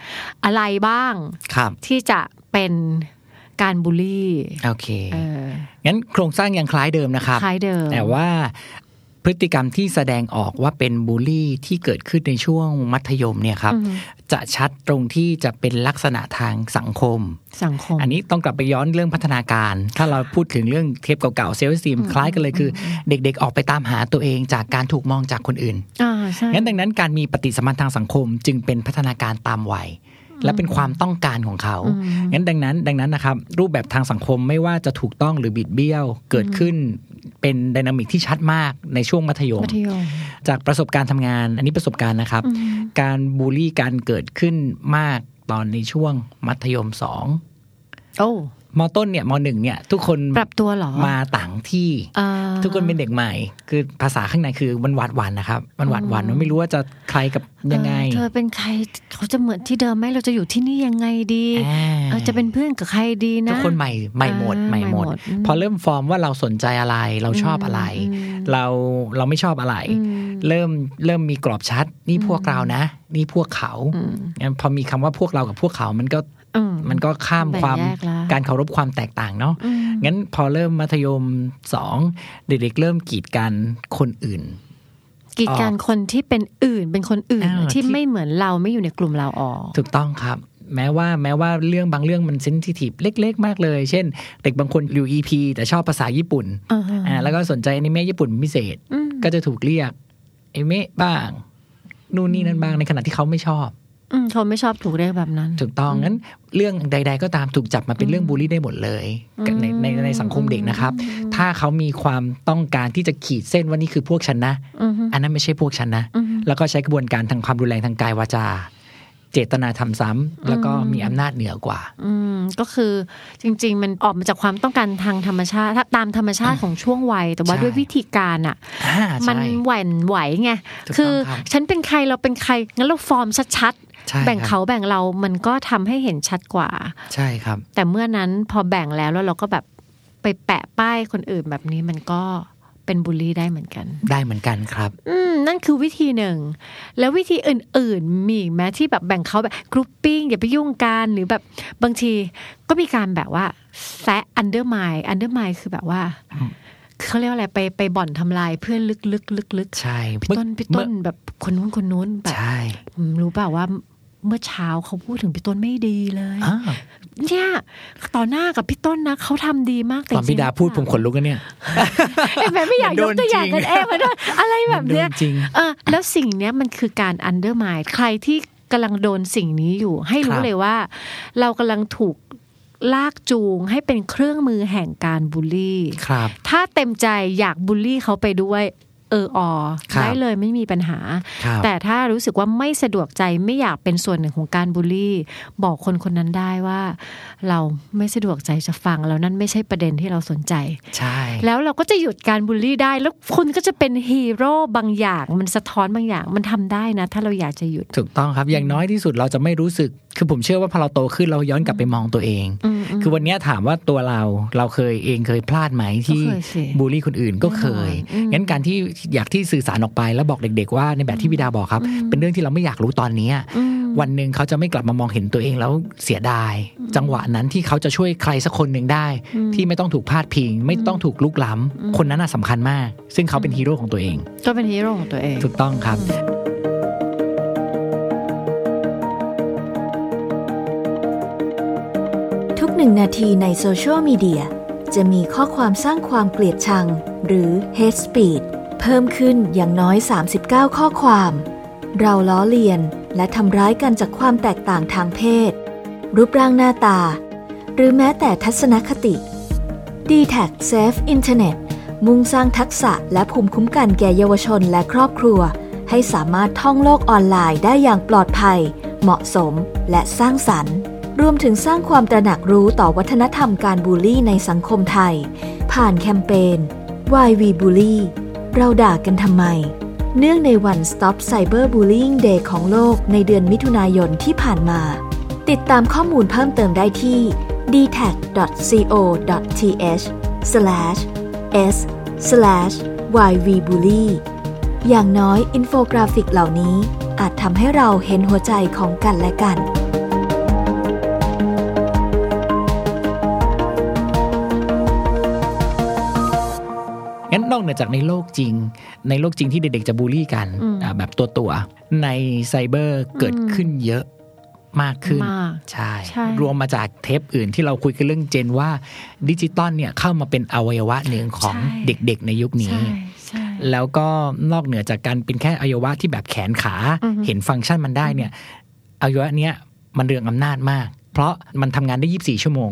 Speaker 2: อะไรบ้าง
Speaker 3: ครับ
Speaker 2: ที่จะเป็นการบูลลี่
Speaker 3: โอเค
Speaker 2: เออ
Speaker 3: งั้นโครงสร้างยังคล้ายเดิมนะครับ
Speaker 2: คล้ายเดิม
Speaker 3: แต่ว่าพฤติกรรมที่แสดงออกว่าเป็นบูลลี่ที่เกิดขึ้นในช่วงมัธยมเนี่ยครับ
Speaker 2: อืม
Speaker 3: จะชัดตรงที่จะเป็นลักษณะทางสังคม
Speaker 2: สังคม
Speaker 3: อันนี้ต้องกลับไปย้อนเรื่องพัฒนาการ ถ้าเราพูดถึงเรื่องเทปเก่าๆเซลล์ซีมคล้ายกันเลยคือ เด็กๆออกไปตามหาตัวเองจากการถูกมองจากคนอื่น
Speaker 2: อ่าใช่
Speaker 3: งั้นดังนั้นการมีปฏิสัมพันธ์ทางสังคมจึงเป็นพัฒนาการตามวัย และเป็นความต้องการของเขา
Speaker 2: อืม
Speaker 3: งั้นดังนั้นดังนั้นนะครับ รูปแบบทางสังคมไม่ว่าจะถูกต้องหรือบิดเบี้ยว เกิดขึ้นเป็นดินามิกที่ชัดมากในช่วงมัธยม
Speaker 2: มัธยม
Speaker 3: จากประสบการณ์ทำงาน อันนี้ประสบการณ์นะครับ
Speaker 2: อืม
Speaker 3: การบูลลี่การเกิดขึ้นมากตอนในช่วงมัธยมสอง
Speaker 2: โอ้
Speaker 3: มต้นเนี่ยมหนึ่งเนี่ย ทุกคน
Speaker 2: ปรับตัวเหรอ
Speaker 3: มาต่างที่
Speaker 2: อ่า
Speaker 3: ทุกคนเป็นเด็กใหม่ คือภาษาข้างในคือมันหวาดหวันนะครับ มันหวาดหวัน
Speaker 2: อืม
Speaker 3: มันไม่รู้ว่าจะใครกับยังไง
Speaker 2: เออเธอเป็นใครเขาจะเหมือนที่เดิมไหมเราจะอยู่ที่นี่ยังไงดี
Speaker 3: อ่า
Speaker 2: เออจะเป็นเพื่อนกับใครดีนะ
Speaker 3: ทุกคนใหม่ใหม่หมด
Speaker 2: อ่า
Speaker 3: ใหม่หมด
Speaker 2: ใหม่หมดอืม
Speaker 3: พอเริ่มฟอร์มว่าเราสนใจอะไร เราชอบอะไร เราเราไม่ชอบอะไร
Speaker 2: อืม
Speaker 3: เริ่มเริ่มมีกรอบชัด นี่พวกเรานะ นี่พวกเขา
Speaker 2: อืม
Speaker 3: งั้นพอมีคำว่าพวกเรากับพวกเขา มันก็
Speaker 2: อืม
Speaker 3: มันก็ข้าม
Speaker 2: แบ่ง
Speaker 3: ความ
Speaker 2: แยกแล้ว
Speaker 3: การเคารพความแตกต่างเนาะ
Speaker 2: อืม
Speaker 3: งั้นพอเริ่มมัธยมสองเด็กๆเริ่มกีดกันคนอื่น
Speaker 2: กีดกันคนที่เป็นอื่นเป็นคนอื่น
Speaker 3: อ่า
Speaker 2: ที่
Speaker 3: ที่
Speaker 2: ไม่เหมือนเราไม่อยู่ในกลุ่มเราออก
Speaker 3: ถูกต้องครับ แม้ว่าแม้ว่าเรื่องบางเรื่องมันเซนซิทีฟเล็ก ๆ มากเลย เช่น เด็กบางคนอยู่ EP แต่ชอบภาษาญี่ปุ่นอ่าแล้วก็สนใจอนิเมะญี่ปุ่นเป็นพิเศษ
Speaker 2: อืม
Speaker 3: ก็จะถูกเรียกเอเมะบ้าง นู่นนี่นั่นบ้างในขณะที่เขาไม่ชอบ
Speaker 2: อืมเขาไม่ชอบถูกเรียกแบบนั้น
Speaker 3: ถูกต้องงั้นเรื่องใด ๆ ก็ตามถูกจับมาเป็นเรื่องบูลลี่ได้หมดเลย ในในในสังคมเด็กนะครับ ถ้าเขามีความต้องการที่จะขีดเส้นว่านี่คือพวกฉันนะ
Speaker 2: อืม
Speaker 3: อันนั้นไม่ใช่พวกฉันนะ
Speaker 2: อืม
Speaker 3: แล้วก็ใช้กระบวนการทางความรุนแรงทางกายวาจา เจตนาทำซ้ำแล้วก็มีอำนาจเหนือกว่า
Speaker 2: อืมก็คือจริง ๆ มันออกมาจากความต้องการทางธรรมชาติถ้าตามธรรมชาติของช่วงวัย แต่ว่า
Speaker 3: ใช่
Speaker 2: ด้วยวิธีการอ่ะ
Speaker 3: อ่า
Speaker 2: มัน
Speaker 3: ใช่
Speaker 2: หวั่นไหวไง
Speaker 3: ถูกต้อง
Speaker 2: คือ
Speaker 3: ครับ
Speaker 2: ฉันเป็นใครเราเป็นใครงั้นเราฟอร์มชัด
Speaker 3: ใช่
Speaker 2: ๆแบ่ง
Speaker 3: ครับ
Speaker 2: เขาแบ่งเรามันก็ทำให้เห็นชัดกว่า
Speaker 3: ใช่ครับ
Speaker 2: แต่เมื่อนั้นพอแบ่งแล้วแล้วเราก็แบบไปแปะป้ายคนอื่นแบบนี้มันก็เป็นบูลลี่ได้เหมือนกัน
Speaker 3: ได้เหมือนกันครับ
Speaker 2: อืมนั่นคือวิธีหนึ่ง แล้ววิธีอื่นๆ มีอีกไหมที่แบบแบ่งเขาแบบกรุ๊ปปิ้งอย่าไปยุ่งกันหรือแบบบางทีก็มีการแบบว่าแซะอันเดอร์ไมล์อันเดอร์ไมล์คือแบบว่าเขาเรียกว่าอะไรไปไปบ่อนทำลายเพื่อนลึกๆลึกๆ
Speaker 3: ใช่
Speaker 2: พี่ต้นพี่ต้นแบบคนนู้นคนนู้นแบบ
Speaker 3: ใช่
Speaker 2: อืมรู้เปล่าว่าเมื่อเช้าเขาพูดถึงพี่ต้นไม่ดีเลย
Speaker 3: อ่า
Speaker 2: เนี่ยต่อหน้ากับพี่ต้นนะเขาทำดีมากแต่
Speaker 3: ตอนพี่ดาพูดผมขนลุกนะเนี่ย
Speaker 2: เอ๊ะแม่ไม่อยากยกตัวอย่างกันเองมาด้วยอะไรแบบเนี้ย
Speaker 3: จริง
Speaker 2: เออแล้วสิ่งเนี้ยมันคือการอันเดอร์มายใครที่กำลังโดนสิ่งนี้อยู่ ให้รู้
Speaker 3: ครับ
Speaker 2: เลยว่า เรากำลังถูกลากจูงให้เป็นเครื่องมือแห่งการบูลลี่
Speaker 3: ครับ
Speaker 2: ถ้าเต็มใจอยากบูลลี่เขาไปด้วย เออออ
Speaker 3: ครับ
Speaker 2: ได้เลยไม่มีปัญหา
Speaker 3: ครับ
Speaker 2: แต่ถ้ารู้สึกว่าไม่สะดวกใจไม่อยากเป็นส่วนหนึ่งของการบูลลี่ บอกคนคนนั้นได้ว่า เราไม่สะดวกใจจะฟังแล้วนั่นไม่ใช่ประเด็นที่เราสนใจ
Speaker 3: ใช่
Speaker 2: แล้วเราก็จะหยุดการบูลลี่ได้ แล้วคุณก็จะเป็นฮีโร่บางอย่าง มันสะท้อนบางอย่าง มันทำได้นะ ถ้าเราอยากจะหยุด
Speaker 3: ถูกต้องครับ อย่างน้อยที่สุดเราจะไม่รู้สึก คือผมเชื่อว่าพอเราโตขึ้นเราย้อนกลับไปมองตัวเอง คือวันเนี้ยถามว่าตัวเราเราเคยเองเคยพลาดไหมที่
Speaker 2: ก็เคยสิ
Speaker 3: บูลลี่คนอื่นก็เคย
Speaker 2: อืม
Speaker 3: งั้นการที่อยากที่สื่อสารออกไปแล้วบอกเด็ก ๆ ว่าในแบบที่วิดาบอกครับ เป็นเรื่องที่เราไม่อยากรู้ตอนเนี้ยวันหนึ่งเขาจะไม่กลับมามองเห็นตัวเองแล้วเสียดาย จังหวะนั้นที่เขาจะช่วยใครสักคนหนึ่งได้ ที่ไม่ต้องถูกพาดพิง ไม่ต้องถูกลุกล้ำคนนั้นน่ะสำคัญมาก ซึ่งเขาเป็นฮีโร่ของตัวเอง
Speaker 2: ก็เป็นฮีโร่ของตัวเอง
Speaker 3: ถูกต้องครับ
Speaker 4: ทุกหนึ่งนาทีในโซเชียลมีเดียจะมีข้อความสร้างความเกลียดชัง หรือ hate speech เพิ่มขึ้นอย่างน้อย 39 ข้อความ เราล้อเลียนและทำร้ายกันจากความแตกต่างทางเพศ รูปร่างหน้าตา หรือแม้แต่ทัศนคติ d t a c Safe Internet มุ่งสร้างทักษะและภูมิคุ้มกันแก่เยาวชนและครอบครัว ให้สามารถท่องโลกออนไลน์ได้อย่างปลอดภัย เหมาะสมและสร้างสรรค์ รวมถึงสร้างความตระหนักรู้ต่อวัฒนธรรมการบูลลี่ในสังคมไทย ผ่านแคมเปญ Why We Bully เราด่ากันทำไม เนื่องในวัน Stop Cyberbullying Day ของโลกในเดือนมิถุนายนที่ผ่านมา ติดตามข้อมูลเพิ่มเติมได้ที่ d t a c c o t h s s y v b u l l y อย่างน้อยอินโฟกราฟิกเหล่านี้อาจทำให้เราเห็นหัวใจของกันและกัน
Speaker 3: งั้นนอกเหนือจากในโลกจริง ในโลกจริงที่เด็กๆจะบูลลี่กัน
Speaker 2: อืม
Speaker 3: อ่าแบบตัวตัวๆในไซเบอร์เกิดขึ้นเยอะมากขึ้น
Speaker 2: มาก
Speaker 3: ใช่
Speaker 2: ใช่
Speaker 3: รวมมาจากเทปอื่นที่เราคุยกันเรื่องเจนว่าดิจิตอลเนี่ยเข้ามาเป็นอวัยวะหนึ่งของเด็กๆในยุคนี้
Speaker 2: ใช่ใช่
Speaker 3: แล้วก็นอกเหนือจากการเป็นแค่อวัยวะที่แบบแขนขา
Speaker 2: อือฮึ
Speaker 3: เห็นฟังก์ชันมันได้เนี่ยอวัยวะเนี้ยมันเรืองอำนาจมาก เพราะมันทำงานได้ 24 ชั่วโมง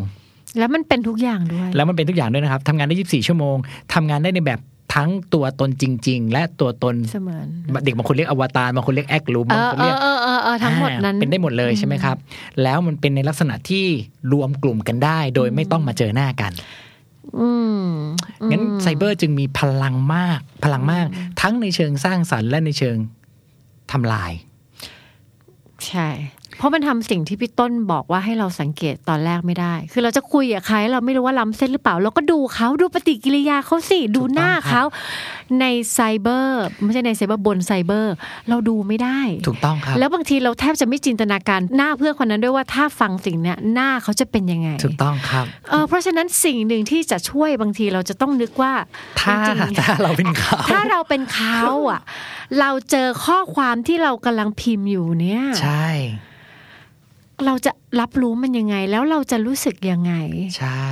Speaker 2: แล้วมันเป็นทุกอย่างด้วย
Speaker 3: แล้วมันเป็นทุกอย่างด้วยนะครับทำงานได้ 24 ชั่วโมงทำงานได้ในแบบทั้งตัวตนจริง ๆ และตัวตน
Speaker 2: เสมือน
Speaker 3: เด็กบางคนเรียกอวตารบางคนเรียกแอคลู
Speaker 2: เอบ
Speaker 3: มาง
Speaker 2: อ
Speaker 3: คน
Speaker 2: เอ
Speaker 3: เรีย
Speaker 2: อก เออเออเออทั้งหมดนั้น
Speaker 3: อ่าเป็นได้หมดเลยใช่ไหมครับ แล้วมันเป็นในลักษณะที่รวมกลุ่มกันได้ โดยไม่ต้องมาเจอหน้ากัน
Speaker 2: อืม
Speaker 3: งั้น
Speaker 2: อืม
Speaker 3: ไซเบอร์จึงมีพลังมาก พลังมาก ทั้งในเชิงสร้างสรรค์และในเชิงทำลาย
Speaker 2: ใช่ เพราะมันทำสิ่งที่พี่ต้นบอกว่าให้เราสังเกตตอนแรกไม่ได้ คือเราจะคุยกับใครเราไม่รู้ว่าล้ำเส้นหรือเปล่า เราก็ดูเขาดูปฏิกิริยาเขาสิดูหน้า
Speaker 3: ถูกต้องครับ
Speaker 2: เขาในไซเบอร์ไม่ใช่ในไซเบอร์บนไซเบอร์ เราดูไม่ได้
Speaker 3: ถูกต้องครับ
Speaker 2: แล้วบางทีเราแทบจะไม่จินตนาการหน้าเพื่อนคนนั้นด้วยว่าถ้าฟังสิ่งเนี้ยหน้าเขาจะเป็นยังไง
Speaker 3: ถูกต้องครับ
Speaker 2: เออเพราะฉะนั้นสิ่งหนึ่งที่จะช่วยบางทีเราจะต้องนึกว่า
Speaker 3: ถ้า
Speaker 2: จริงๆ
Speaker 3: ถ้าเราเป็นเขา
Speaker 2: ถ้าเราเป็นเขาอ่ะ เราเจอข้อความที่เรากำลังพิมพ์อยู่เนี่ย
Speaker 3: ใช่
Speaker 2: เราจะรับรู้มันยังไง แล้วเราจะรู้สึกยังไง
Speaker 3: ใช่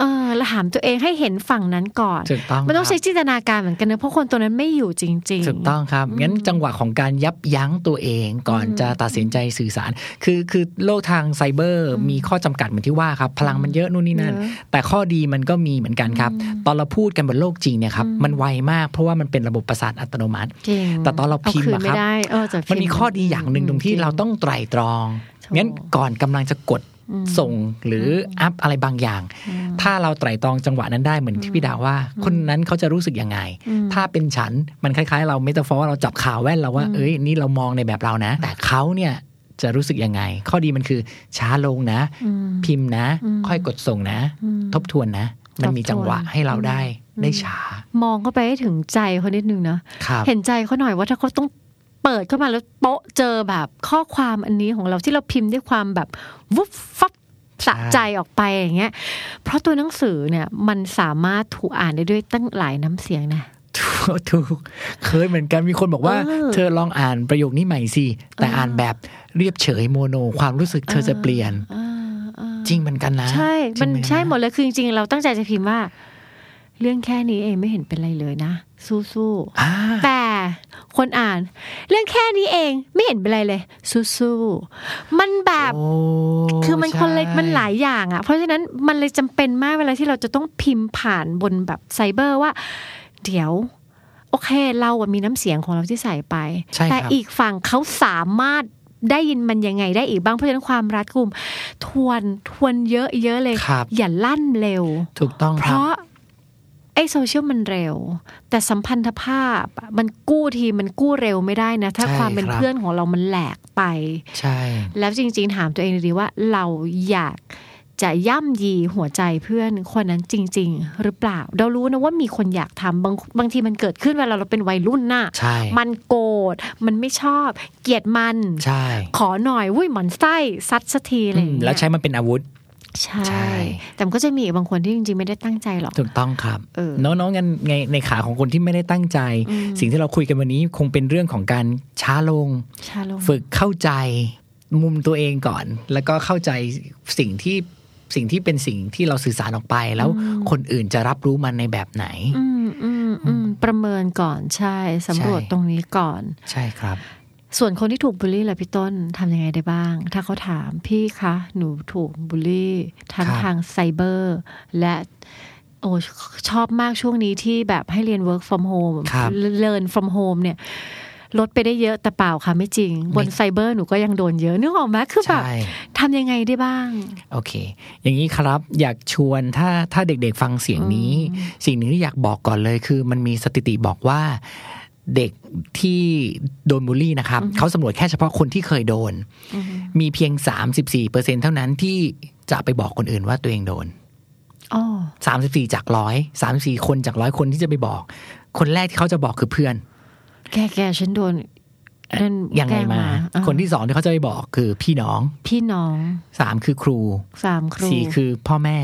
Speaker 2: เออเราถามตัวเองให้เห็นฝั่งนั้นก่อน
Speaker 3: ถูกต้อง
Speaker 2: มันต้อง
Speaker 3: ค
Speaker 2: ใช้
Speaker 3: รับ
Speaker 2: จินตนาการเหมือนกันนะเพราะคนตัวนั้นไม่อยู่จริง ๆ
Speaker 3: ถูกต้องครับ งั้นจังหวะของการยับยั้งตัวเองก่อนจะตัดสินใจสื่อสาร คือคือโลกทางไซเบอร์มีข้อจำกัดเหมือนที่ว่าครับ พลังมันเยอะนู่นนี่นั่น
Speaker 2: เยอะ
Speaker 3: แต่ข้อดีมันก็มีเหมือนกันครับ ตอนเราพูดกันบนโลกจริงเนี่ยครับ มันไวมากเพราะว่ามันเป็นระบบประสาทอัตโนมัติ
Speaker 2: จริง
Speaker 3: แต่ตอนเราพิมพ์
Speaker 2: เอาคืน
Speaker 3: อะ
Speaker 2: ไม่
Speaker 3: ครับ
Speaker 2: ได้เออจะพิมพ์
Speaker 3: มันมีข้อดีอย่างหนึ่งตรงที่
Speaker 2: จริง
Speaker 3: เราต้องไตรตรอง
Speaker 2: ถูก
Speaker 3: งั้นก่อนกำลังจะกดส่งหรืออัพอะไรบางอย่าง ถ้าเราไตรตรองจังหวะนั้นได้เหมือนที่พี่ดาว่า คนนั้นเขาจะรู้สึกยังไง
Speaker 2: อืม
Speaker 3: ถ้าเป็นฉันมันคล้ายๆ เราเมตาฟอร์เราจับขาแว่นเราว่า เอ้ยนี่เรามองในแบบเรานะ แต่เขาเนี่ยจะรู้สึกยังไง ข้อดีมันคือช้าลงนะ
Speaker 2: อืม
Speaker 3: พิมพ์นะ
Speaker 2: อืม
Speaker 3: ค่อยกดส่งนะ
Speaker 2: อืม
Speaker 3: ทบทวนนะ มันมี
Speaker 2: ทบทวน
Speaker 3: จังหวะให้เราได้
Speaker 2: อืม
Speaker 3: ได้ช้าม
Speaker 2: องเข้าไปให้ถึงใจเขานิดนึงนะ
Speaker 3: ครับ
Speaker 2: เห็นใจเขาหน่อยว่าถ้าเขาต้องเปิดเข้ามาแล้วโป๊ะเจอแบบข้อความอันนี้ของเราที่เราพิมพ์ด้วยความแบบวุบฟับสะใจออกไปอย่างเงี้ย เพราะตัวหนังสือเนี่ยมันสามารถถูกอ่านได้ด้วยตั้งหลายน้ำเสียงนะ
Speaker 3: ถูกถูกเคยเหมือนกันมีคนบอกว่า
Speaker 2: เออ
Speaker 3: เธอลองอ่านประโยคนี้ใหม่สิ แต่
Speaker 2: เอออ่
Speaker 3: อ่านแบบเรียบเฉยโมโน ความรู้สึกเธอจะเปลี่ยน
Speaker 2: อ่าอ่า
Speaker 3: จริงเหมือนกันนะ
Speaker 2: ใช่ มัน
Speaker 3: ริงไ
Speaker 2: ใช่หมดเลยคือจริงๆเราตั้งใจจะพิมพ์ว่า เรื่องแค่นี้เองไม่เห็นเป็นไรเลยนะ สู้
Speaker 3: อ่า
Speaker 2: ๆแต่คนอ่าน เรื่องแค่นี้เองไม่เห็นเป็นไรเลย สู้ๆมันแบบ
Speaker 3: โอ้
Speaker 2: คือมันคนเลย
Speaker 3: ใช่
Speaker 2: มันหลายอย่างอะ่ะ เพราะฉะนั้นมันเลยจำเป็นมากเวลาที่เราจะต้องพิมพ์ผ่านบนแบบไซเบอร์ว่า เดี๋ยว โอเคเราอะมีน้ำเสียงของเราที่ใส่ไป
Speaker 3: ใช่
Speaker 2: แต่
Speaker 3: ครับ
Speaker 2: อีกฝั่งเขาสามารถได้ยินมันยังไงได้อีกบ้างเพราะฉะนั้นความรัดกุม ทวนทวนเยอะๆเลย
Speaker 3: ครับ
Speaker 2: อย่าลั่นเร็ว
Speaker 3: ถูกต้อง
Speaker 2: เพ
Speaker 3: ครับ
Speaker 2: ราะไอ้โซเชียลมันเร็ว แต่สัมพันธภาพอะมันกู้ทีมันกู้เร็วไม่ได้นะ ถ้าความเป็นเพื่อนของเรามันแหลกไป
Speaker 3: ใช่
Speaker 2: แล้วจริง ๆ ถามตัวเองดีๆว่าเราอยากจะย่ำยีหัวใจเพื่อนคนนั้นจริง ๆ หรือเปล่า เรารู้นะว่ามีคนอยากทำบางบางทีมันเกิดขึ้นเวลาเราเป็นวัยรุ่นน่ะ
Speaker 3: ใช่
Speaker 2: มันโกรธมันไม่ชอบ เกลียดมัน
Speaker 3: ใช่
Speaker 2: ขอหน่อยวุ้ยหมอนไส้ซัดสักทีอะไรอ
Speaker 3: อื
Speaker 2: ย่ามงเงี้ย
Speaker 3: แล้วใช้มันเป็นอาวุธ
Speaker 2: ใช
Speaker 3: ใช่
Speaker 2: ่ แต่มันก็จะมีอีกบางคนที่จริง ๆ ไม่ได้ตั้งใจหรอก
Speaker 3: ถูกต้องครับ
Speaker 2: เออ
Speaker 3: เน้องๆกันในในขาของคนที่ไม่ได้ตั้งใจ สิ่งที่เราคุยกันวันนี้คงเป็นเรื่องของการช้าลง
Speaker 2: ชาลง
Speaker 3: ฝึกเข้าใจมุมตัวเองก่อน แล้วก็เข้าใจสิ่งที่สิ่งที่เป็นสิ่งที่เราสื่อสารออกไป แล้วคนอื่นจะรับรู้มันในแบบไหน
Speaker 2: อืมอืมอืมประเมินก่อนใช่สำรวจ
Speaker 3: ใช่
Speaker 2: ตรงนี้ก่อน
Speaker 3: ใช่ครับ
Speaker 2: ส่วนคนที่ถูกบูลลี่ล่ะพี่ต้นทำยังไงได้บ้าง ถ้าเขาถามพี่คะ หนูถูกบูลลี่ ทั้ง
Speaker 3: ครับ
Speaker 2: ทางไซเบอร์ และโอ้ชอบมากช่วงนี้ที่แบบให้เรียน work from home
Speaker 3: ครับ
Speaker 2: เรียน from home เนี่ย ลดไปได้เยอะแต่เปล่าค่ะไม่จริง บนไซเบอร์หนูก็ยังโดนเยอะนึกออกไหมคือแบบ
Speaker 3: ใช่
Speaker 2: ทำยังไงได้บ้าง
Speaker 3: โอเค อย่างนี้ครับอยากชวนถ้าถ้าเด็กๆฟังเสียงนี้ สิ่งหนึ่งที่อยากบอกก่อนเลยคือ มันมีสถิติบอกว่า เด็กที่โดนบูลลี่นะครับ เขาสำรวจแค่เฉพาะคนที่เคยโดน มีเพียง 34%เท่านั้นที่จะไปบอกคนอื่นว่าตัวเองโดน
Speaker 2: อ๋อ
Speaker 3: 34 จากร้อย34 คนจากร้อยคนที่จะไปบอก คนแรกที่เขาจะบอกคือเพื่อน
Speaker 2: แกแกฉันโดนนั่น
Speaker 3: ยังไง
Speaker 2: แกล้
Speaker 3: มา
Speaker 2: อ่ะ
Speaker 3: คนที่สองที่เขาจะไปบอกคือพี่น้อง
Speaker 2: พี่น้อง
Speaker 3: สามคือครู
Speaker 2: สามครู
Speaker 3: สี่คือพ่อแม่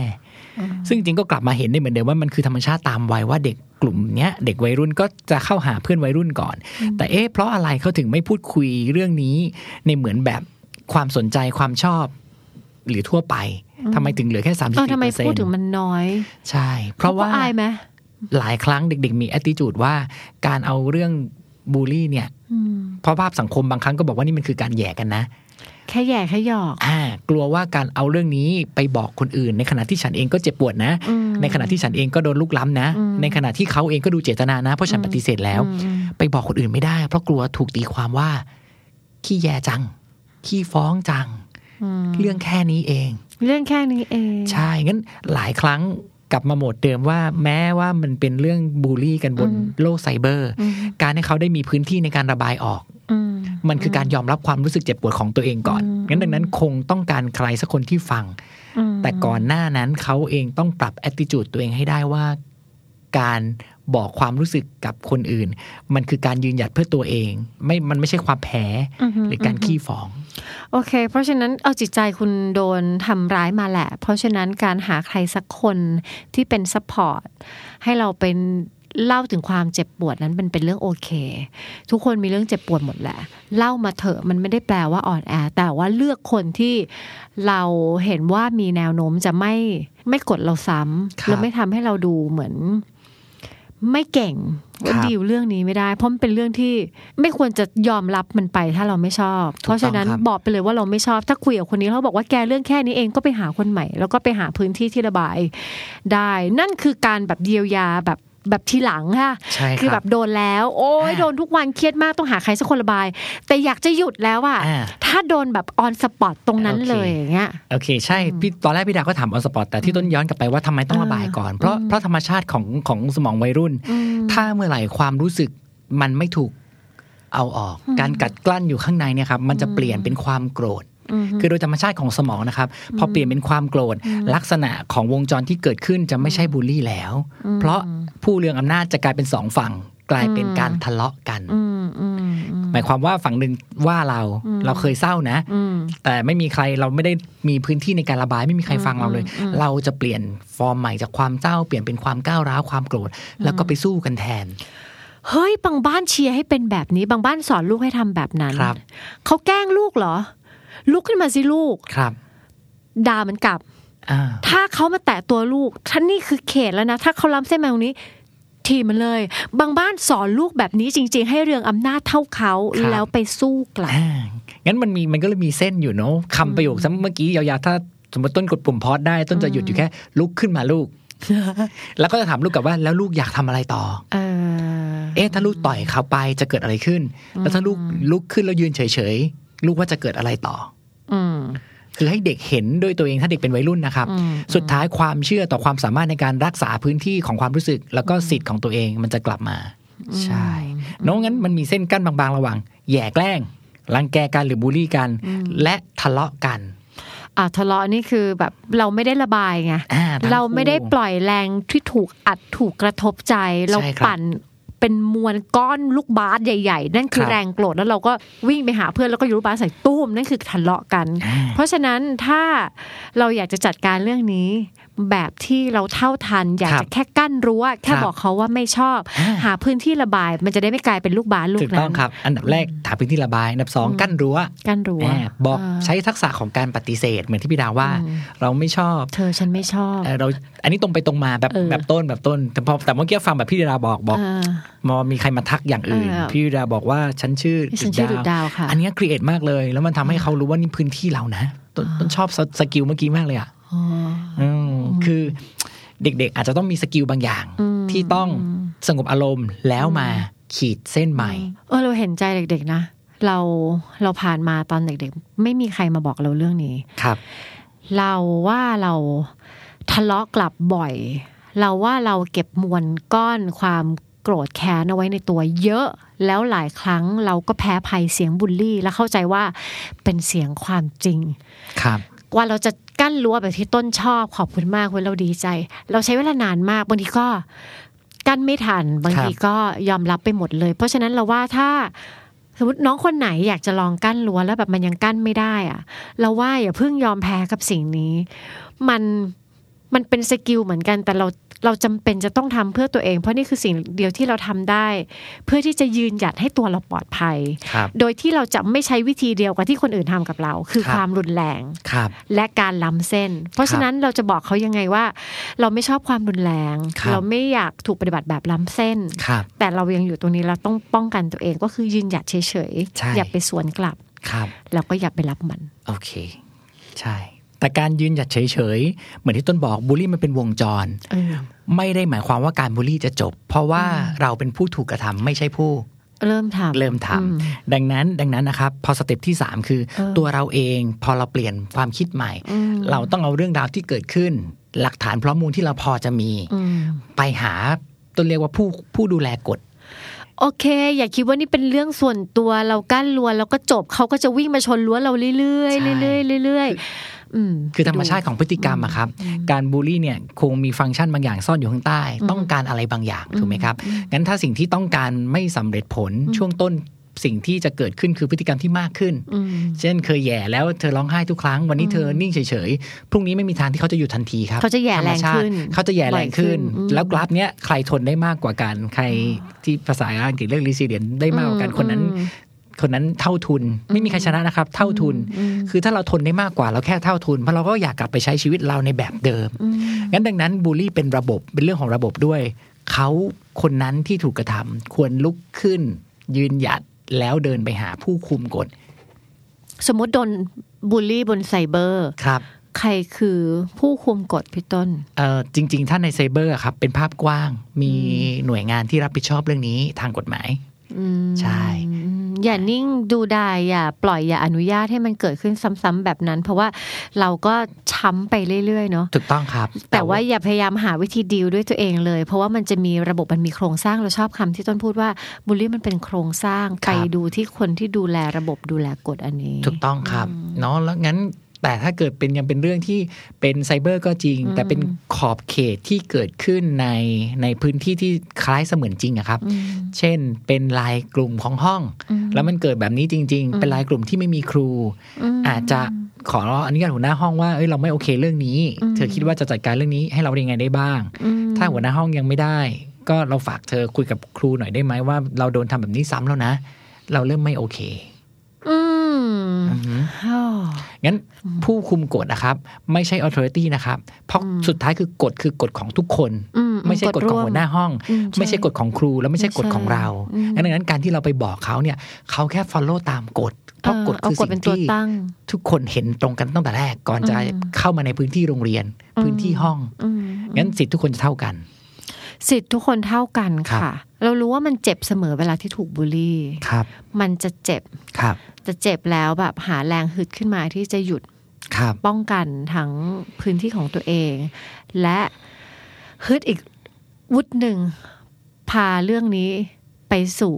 Speaker 3: ซึ่งจริงก็กลับมาเห็นได้เหมือนเดิมว่ามันคือธรรมชาติตามวัยว่าเด็กกลุ่มเนี้ย เด็กวัยรุ่นก็จะเข้าหาเพื่อนวัยรุ่นก่อน แต่เอ๊ะเพราะอะไรเขาถึงไม่พูดคุยเรื่องนี้ ในเหมือนแบบความสนใจความชอบ หรือทั่วไปทำไมถึงเหลือแค่สามสิบ
Speaker 2: เออทำไม
Speaker 3: เปอร์เซ็น
Speaker 2: พูด
Speaker 3: ต์
Speaker 2: ถึงมันน้อย
Speaker 3: ใช่ เพราะว่า
Speaker 2: ขอายไหม
Speaker 3: หลายครั้งเด็ก ๆ มี a อ t i t u d e ว่าการเอาเรื่องบูลลี่เนี่ย
Speaker 2: อืม
Speaker 3: เพราะภาพสังคมบางครั้งก็บอกว่านี่มันคือการแหย่กันนะ
Speaker 2: แค่แย่แค่หยอก
Speaker 3: อ่ากลัวว่าการเอาเรื่องนี้ไปบอกคนอื่น ในขณะที่ฉันเองก็เจ็บปวดนะ
Speaker 2: อืม
Speaker 3: ในขณะที่ฉันเองก็โดนลุกล้ำนะ
Speaker 2: อืม
Speaker 3: ในขณะที่เขาเองก็ดูเจตนานะ เพราะฉันปฏิเสธแล้ว
Speaker 2: อืม
Speaker 3: ไปบอกคนอื่นไม่ได้ เพราะกลัวถูกตีความว่า ขี้แยจัง ขี้ฟ้องจัง
Speaker 2: อืม
Speaker 3: เรื่องแค่นี้เอง
Speaker 2: เรื่องแค่นี้เอง
Speaker 3: ใช่ งั้นหลายครั้งกลับมาโหมดเดิมว่า แม้ว่ามันเป็นเรื่องบูลลี่กันบนโลกไซเบอร์
Speaker 2: อืม
Speaker 3: การให้เขาได้มีพื้นที่ในการระบายออก
Speaker 2: อืม
Speaker 3: มันคือการยอมรับความรู้สึกเจ็บปวดของตัวเองก่อน
Speaker 2: อืม
Speaker 3: งั้นดังนั้นคงต้องการใครสักคนที่ฟัง
Speaker 2: อืม
Speaker 3: แต่ก่อนหน้านั้นเขาเองต้องปรับ a อ t i t u d e ตัวเองให้ได้ว่า การบอกความรู้สึกกับคนอื่น มันคือการยืนหยัดเพื่อตัวเอง ไม่มันไม่ใช่ความแพ้หรือการขี้ฟ้อง
Speaker 2: โอเค เพราะฉะนั้นเอาจิตใจคุณโดนทำร้ายมาแหละ เพราะฉะนั้นการหาใครสักคนที่เป็นซัพพอร์ตให้เราเป็นเล่าถึงความเจ็บปวดนั้นเป็นเป็นเรื่องโอเค ทุกคนมีเรื่องเจ็บปวดหมดแหละ เล่ามาเถอะมันไม่ได้แปลว่าอ่อนแอ แต่ว่าเลือกคนที่เราเห็นว่ามีแนวโน้มจะไม่ไม่กดเราซ้
Speaker 3: ค
Speaker 2: ำ
Speaker 3: รับ
Speaker 2: และไม่ทำให้เราดูเหมือน ไม่เก่งว่า
Speaker 3: ครับ
Speaker 2: ดีลเรื่องนี้ไม่ได้ เพราะมันเป็นเรื่องที่ไม่ควรจะยอมรับมันไปถ้าเราไม่ชอบ เพราะฉะนั้น
Speaker 3: ครับ
Speaker 2: บอกไปเลยว่าเราไม่ชอบ ถ้าคุยกับคนนี้แล้วเขาบอกว่าแกเรื่องแค่นี้เองก็ไปหาคนใหม่ แล้วก็ไปหาพื้นที่ที่ระบาย ได้ นั่นคือการแบบเยียวยาแบบแบบทีหลังค่ะ
Speaker 3: ใช่ค
Speaker 2: คือแบ
Speaker 3: รับ
Speaker 2: บโดนแล้ว โอ้ย
Speaker 3: อ่า
Speaker 2: โดนทุกวันเครียดมากต้องหาใครสักคนระบาย แต่อยากจะหยุดแล้วอะ
Speaker 3: อ่า
Speaker 2: ถ้าโดนแบบออนสปอตตรงนั้น
Speaker 3: โอเค
Speaker 2: เลยอย่างเงี้ย
Speaker 3: โอเคใช่พี่ตอนแรกพี่ดาก็ถามออนสปอตแต่ที่ต้นย้อนกลับไปว่าทำไมต้องระบายก่อนเพราะเพราะธรรมชาติของของสมองวัยรุ่น ถ้าเมื่อไหร่ความรู้สึกมันไม่ถูกเอาออก การกัดกลั้นอยู่ข้างในเนี่ยครับมันจะเปลี่ยนเป็นความโกรธ คือโดยธรรมชาติของสมองนะครับ พอเปลี่ยนเป็นความโกรธ ลักษณะของวงจรที่เกิดขึ้นจะไม่ใช่บูลลี่แล้ว เพราะผู้เรืองอำนาจจะกลายเป็นสองฝั่ง กลายเป็นการทะเลาะกัน
Speaker 2: อืมอืมอืม
Speaker 3: หมายความว่าฝั่งหนึ่งว่าเราเราเคยเศร้านะ
Speaker 2: อืม
Speaker 3: แต่ไม่มีใครเราไม่ได้มีพื้นที่ในการระบายไม่มีใครฟังเราเลย เราจะเปลี่ยนฟอร์มใหม่จากความเศร้าเปลี่ยนเป็นความก้าวร้าวความโกรธ แล้วก็ไปสู้กันแทน
Speaker 2: เฮ้ยบางบ้านเชียร์ให้เป็นแบบนี้ บางบ้านสอนลูกให้ทำแบบนั้น
Speaker 3: ครับ
Speaker 2: เขาแกล้งลูกเหรอ ลุกขึ้นมาสิลูก
Speaker 3: ครับ
Speaker 2: ด่ามันกลับ
Speaker 3: อ่า
Speaker 2: ถ้าเขามาแตะตัวลูกท่านนี่คือเขตแล้วนะ ถ้าเขาล้ำเส้นมาตรงนี้ ทีบมันเลย บางบ้านสอนลูกแบบนี้จริง ๆ ให้เรืองอำนาจเท่าเขาแล้วไปสู้กลับ
Speaker 3: อ่างั้นมันมีมันก็เลยมีเส้นอยู่เนาะคำประโยคซ้ำเมื่อกี้ยาวๆถ้าสมมติต้นกดปุ่มพอดได้ต้นจะหยุดอยู่แค่ ลุกขึ้นมา ลูก แล้วก็จะถามลูกกลับว่าแล้วลูกอยากทำอะไรต่อ
Speaker 2: เออ
Speaker 3: เอ๊ะถ้าลูกต่อยเขาไปจะเกิดอะไรขึ้น แล้วถ้าลูกลุกขึ้นแล้วยืนเฉยๆลูกว่าจะเกิดอะไรต่อ
Speaker 2: อืม
Speaker 3: คือให้เด็กเห็นด้วยตัวเองถ้าเด็กเป็นวัยรุ่นนะครับ
Speaker 2: อืม
Speaker 3: สุดท้ายความเชื่อต่อความสามารถในการรักษาพื้นที่ของความรู้สึก แล้วก็สิทธิ์ของตัวเองมันจะกลับมา ใช่เน้องงั้นมันมีเส้นกั้นบางๆ ระหว่างแหย่แกล้งรังแกกันหรือบูลลี่กัน และทะเลาะกัน
Speaker 2: อ่ะทะเลาะนี่คือแบบเราไม่ได้ระบายไง
Speaker 3: อ่ทั้งคู่
Speaker 2: เราไม่ได้ปล่อยแรงที่ถูกอัดถูกกระทบใจ เรา
Speaker 3: ใช่ครับ
Speaker 2: ปั่นเป็นมวลก้อนลูกบาสใหญ่ ๆ นั่นคือ
Speaker 3: ครับ
Speaker 2: แรงโกรธแล้วเราก็วิ่งไปหาเพื่อนแล้วก็โยนลูกบาสใส่ตุ้มนั่นคือทะเลาะกัน
Speaker 3: อ่า
Speaker 2: เพราะฉะนั้นถ้าเราอยากจะจัดการเรื่องนี้ แบบที่เราเท่าทัน อยาก
Speaker 3: ครับ
Speaker 2: จะแค่กั้นรั้วแค่
Speaker 3: ครับ
Speaker 2: บอกเขาว่าไม่ชอบ
Speaker 3: อ่า
Speaker 2: หาพื้นที่ระบาย มันจะได้ไม่กลายเป็นลูกบาสลู
Speaker 3: ถู
Speaker 2: ก
Speaker 3: กต้
Speaker 2: นั้
Speaker 3: อง
Speaker 2: น
Speaker 3: ครับ อันดับแรกถามพื้นที่ระบายอันดับสองกั้นรั้ว
Speaker 2: กั้นรั้ว
Speaker 3: อ่าบอก
Speaker 2: า
Speaker 3: ใช้ทักษะของการปฏิเสธ เหมือนที่พี่ดาวว่า เราไม่ชอบ
Speaker 2: เธอฉันไม่ชอบ
Speaker 3: เอ่อเราอันนี้ตรงไปตรงมาแบบ
Speaker 2: เออ
Speaker 3: แบบต้นแบบต้น แต่พอแต่เมื่อกี้ฟังแบบพี่ดาบอกบอก
Speaker 2: อ่า
Speaker 3: มอมีใครมาทักอย่างอื่น
Speaker 2: เออ
Speaker 3: พี่ดาบอกว่าฉันชื่อ
Speaker 2: ฉันชื่อดุดดาวค่ะ
Speaker 3: อันเนี้ครีเอทมากเลย แล้วมันทำให้เขารู้ว่านี่พื้นที่เรานะตนต้นชอบสสกิลเมื่อกี้มากเลยอ่ะ
Speaker 2: อ๋อ
Speaker 3: อืมคือเด็กๆ อาจจะต้องมีสกิลบางอย่าง
Speaker 2: อืม
Speaker 3: ที่ต้องสงบอารมณ์แล้วมาขีดเส้นใหม่
Speaker 2: เออเราเห็นใจเด็กๆนะ เราเราผ่านมาตอนเด็กๆ ไม่มีใครมาบอกเราเรื่องนี้
Speaker 3: ครับ
Speaker 2: เราว่าเราทะเลาะกลับบ่อย เราว่าเราเก็บมวลก้อนความโกรธแค้นเอาไว้ในตัวเยอะ แล้วหลายครั้งเราก็แพ้ภัยเสียงบูลลี่ และเข้าใจว่าเป็นเสียงความจริง
Speaker 3: ครับ
Speaker 2: ว่าเราจะกั้นรั้วแบบที่ต้นชอบขอบคุณมากเว้ยเราดีใจ เราใช้เวลานานมากบางทีก็กั้นไม่ทันบางทีก็ยอมรับไปหมดเลย เพราะฉะนั้นเราว่าถ้าสมมติน้องคนไหนอยากจะลองกั้นรั้วแล้วแบบมันยังกั้นไม่ได้อะเราว่าอย่าเพิ่งยอมแพ้กับสิ่งนี้ มันมันเป็นสกิลเหมือนกัน แต่เราเราจำเป็นจะต้องทำเพื่อตัวเอง เพราะนี่คือสิ่งเดียวที่เราทำได้ เพื่อที่จะยืนหยัดให้ตัวเราปลอดภัย
Speaker 3: ครับ
Speaker 2: โดยที่เราจะไม่ใช้วิธีเดียวกับที่คนอื่นทำกับเรา คือ
Speaker 3: ครับ
Speaker 2: ความรุนแรง
Speaker 3: ครับ
Speaker 2: และการล้ำเส้น เพราะฉะนั้นเราจะบอกเขายังไงว่า เราไม่ชอบความรุนแรง
Speaker 3: ครับ
Speaker 2: เราไม่อยากถูกปฏิบัติแบบล้ำเส้น
Speaker 3: ครับ
Speaker 2: แต่เรายังอยู่ตรงนี้เราต้องป้องกันตัวเองก็คือยืนหยัดเฉย
Speaker 3: ใช่
Speaker 2: ๆ อย่าไปสวนกลับ
Speaker 3: ครับ
Speaker 2: แล้วก็อย่าไปรับมัน
Speaker 3: โอเค ใช่ แต่การยืนหยัดเฉยๆ เหมือนที่ต้นบอกบูลลี่มันเป็นวงจร
Speaker 2: เออ
Speaker 3: ไม่ได้หมายความว่าการบูลลี่จะจบ เพราะว่าเราเป็นผู้ถูกกระทำไม่ใช่ผู้
Speaker 2: เริ่มทำ
Speaker 3: เริ่มทำดังนั้นดังนั้นนะครับ พอสเต็ปที่ 3 คือ
Speaker 2: เออ
Speaker 3: ตัวเราเองพอเราเปลี่ยนความคิดใหม่
Speaker 2: อืม
Speaker 3: เราต้องเอาเรื่องราวที่เกิดขึ้น หลักฐานพร้อมมูลที่เราพอจะมี
Speaker 2: อืม
Speaker 3: ไปหาต้นเรียกว่าผู้ผู้ดูแลกฎ
Speaker 2: โอเค อย่าคิดว่านี่เป็นเรื่องส่วนตัวเรากั้นรั้วแล้วก็จบเขาก็จะวิ่งมาชนรั้วเราเรื่อย
Speaker 3: ใช่
Speaker 2: ๆเรื่อยๆเรื่อยๆอืม
Speaker 3: คือธรรมชาติของพฤติกรรมอะครับ การบูลลี่เนี่ยคงมีฟังก์ชันบางอย่างซ่อนอยู่ข้างใต้ ต้องการอะไรบางอย่างถูกไหมครับงั้นถ้าสิ่งที่ต้องการไม่สำเร็จผลช่วงต้นสิ่งที่จะเกิดขึ้นคือพฤติกรรมที่มากขึ้น
Speaker 2: อืม
Speaker 3: เช่นเคยแย่แล้วเธอร้องไห้ทุกครั้งวันนี้เธอนิ่งเฉยๆ พรุ่งนี้ไม่มีทางที่เขาจะหยุดทันทีครับ
Speaker 2: เขาจะแย่
Speaker 3: ธมชาติ
Speaker 2: แรงขึ้น
Speaker 3: เขาจะแย่แรงขึ้น
Speaker 2: บ่อยขึ้นอืม
Speaker 3: แล้วกราฟเนี้ยใครทนได้มากกว่ากันใครที่ภาษาอังกฤษเรียก resilient ได้มากกว่ากัน
Speaker 2: อืม
Speaker 3: คนนั้น
Speaker 2: อืม
Speaker 3: คนนั้นเท่าทุน ไม่มีใครชนะนะครับ เท่าทุน คือถ้าเราทนได้มากกว่าเราแค่เท่าทุนเพราะเราก็อยากกลับไปใช้ชีวิตเราในแบบเดิม งั้นดังนั้นบูลลี่เป็นระบบเป็นเรื่องของระบบด้วย เขาคนนั้นที่ถูกกระทำควรลุกขึ้น ยืนหยัดแล้วเดินไปหาผู้คุมกฎ
Speaker 2: สมมติโดนบูลลี่บนไซเบอร์
Speaker 3: ครับ
Speaker 2: ใครคือผู้คุมกฎพี่ต้น
Speaker 3: เอ่อจริง ๆ ถ้าในไซเบอร์ครับ เป็นภาพกว้าง มีหน่วยงานที่รับผิดชอบเรื่องนี้ทางกฎหมาย
Speaker 2: อืม
Speaker 3: ใช่
Speaker 2: อย่านิ่งดูดายอย่าปล่อยอย่าอนุญาตให้มันเกิดขึ้นซ้ำๆแบบนั้น เพราะว่าเราก็ช้ำไปเรื่อยๆเนาะ
Speaker 3: ถูกต้องครับ
Speaker 2: แต่ว่าอย่าพยายามหาวิธีดีลด้วยตัวเองเลย เพราะว่ามันจะมีระบบมันมีโครงสร้างเราชอบคำที่ต้นพูดว่าบูลลี่มันเป็นโครงสร้างไปดูที่คนที่ดูแลระบบดูแลกฎอันนี้
Speaker 3: ถูกต้องครับเนาะแล้วงั้นแต่ถ้าเกิดเป็นยังเป็นเรื่องที่เป็นไซเบอร์ก็จริง แต่เป็นขอบเขตที่เกิดขึ้นในในพื้นที่ที่คล้ายเสมือนจริงอะครับ เช่นเป็นลายกลุ่มของห้อง แล้วมันเกิดแบบนี้จริง ๆ เป็นลายกลุ่มที่ไม่มีครู อาจจะขออนุญาตหัวหน้าห้องว่าเอ้ยเราไม่โอเคเรื่องนี้ เธอคิดว่าจะจัดการเรื่องนี้ให้เราได้ยังไงได้บ้าง ถ้าหัวหน้าห้องยังไม่ได้ ก็เราฝากเธอคุยกับครูหน่อยได้ไหมว่า เราโดนทำแบบนี้ซ้ำแล้วนะ เราเริ่มไม่โอเค
Speaker 2: อืม
Speaker 3: อือหือ
Speaker 2: อ้อ
Speaker 3: งั้นผู้คุมกฎนะครับ ไม่ใช่ authority นะครับ เพราะสุดท้ายคือกฎคือกฎของทุกคน
Speaker 2: อื
Speaker 3: ไม่ใช่กฎของ
Speaker 2: ร่ว
Speaker 3: หัวหน้าห้อง
Speaker 2: อืมใช่
Speaker 3: ไม่ใช่กฎของครูแล้วไม่ใช่กฎของเรา
Speaker 2: อืม
Speaker 3: งั้นดังนั้นการที่เราไปบอกเขาเนี่ยเขาแค่ follow ตามกฎเพราะกฎ
Speaker 2: เออเอา
Speaker 3: คือก
Speaker 2: ฎ
Speaker 3: สิ่
Speaker 2: เป็น
Speaker 3: ง
Speaker 2: ตัว
Speaker 3: ที่
Speaker 2: ตั้ง
Speaker 3: ทุกคนเห็นตรงกันตั้งแต่แรกก่อนจะ
Speaker 2: อืม
Speaker 3: เข้ามาในพื้นที่โรงเรียน พื้นที่ห้อง
Speaker 2: อืม
Speaker 3: งั้นสิทธิ์ทุกคนจะเท่ากัน
Speaker 2: สิทธิ์ทุกคนเท่ากัน
Speaker 3: ครับ
Speaker 2: ค่ะ เรารู้ว่ามันเจ็บเสมอเวลาที่ถูกบูลลี่
Speaker 3: ครับ
Speaker 2: มันจะเจ็บ
Speaker 3: ครับ
Speaker 2: จะเจ็บแล้วแบบหาแรงฮึดขึ้นมาที่จะหยุด
Speaker 3: ครับ
Speaker 2: ป้องกันทั้งพื้นที่ของตัวเอง และฮึดอีกวุฒหนึ่งพาเรื่องนี้ไปสู่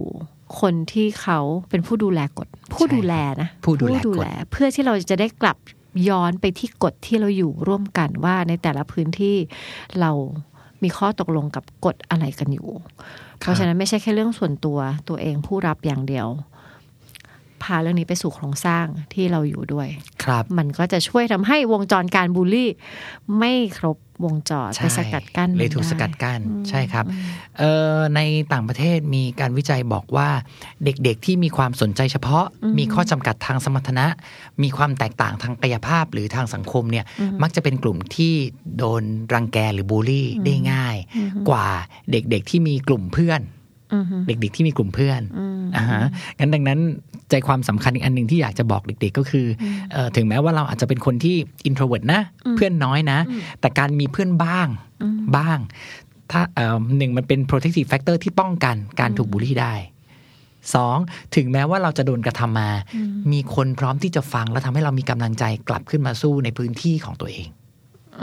Speaker 2: คนที่เขาเป็นผู้ดูแลกฎผู้ดูแลนะ
Speaker 3: ผู้ดูแลกฎ
Speaker 2: เพื่อที่เราจะได้กลับย้อนไปที่กฎที่เราอยู่ร่วมกันว่าในแต่ละพื้นที่เรามีข้อตกลงกับกฎอะไรกันอยู่ เพราะฉะนั้นไม่ใช่แค่เรื่องส่วนตัวตัวเองผู้รับอย่างเดียว พาเรื่องนี้ไปสู่โครงสร้างที่เราอยู่ด้วย
Speaker 3: ครับ
Speaker 2: มันก็จะช่วยทำให้วงจรการบูลลี่ ไม่ครบวงจร
Speaker 3: ใช่
Speaker 2: ไปสกัดกั้นมัน
Speaker 3: เลยถูก
Speaker 2: ได้
Speaker 3: สกัดกั้นใช่ครับเอ่อในต่างประเทศมีการวิจัยบอกว่าเด็กๆที่มีความสนใจเฉพาะ มีข้อจำกัดทางสมรรถนะ มีความแตกต่างทางกายภาพหรือทางสังคมเนี่ยมักจะเป็นกลุ่มที่โดนรังแกหรือบูลลี่ได้ง่าย กว่าเด็กๆที่มีกลุ่มเพื่อน
Speaker 2: อือฮึ
Speaker 3: เด็กๆที่มีกลุ่มเพื่อนอ่าฮะงั้นดังนั้นใจความสำคัญอีกอันหนึ่งที่อยากจะบอกเด็กๆก็คืออเอ่อถึงแม้ว่าเราอาจจะเป็นคนที่ introvert นะ เพื่อนน้อยนะ แต่การมีเพื่อนบ้างบ้าง ถ้าเอ่อหนึ่งมันเป็น protective factor ที่ป้องกันการถูกบูลลี่ได้สองถึงแม้ว่าเราจะโดนกระทำมา มีคนพร้อมที่จะฟังและทำให้เรามีกำลังใจกลับขึ้นมาสู้ในพื้นที่ของตัวเอง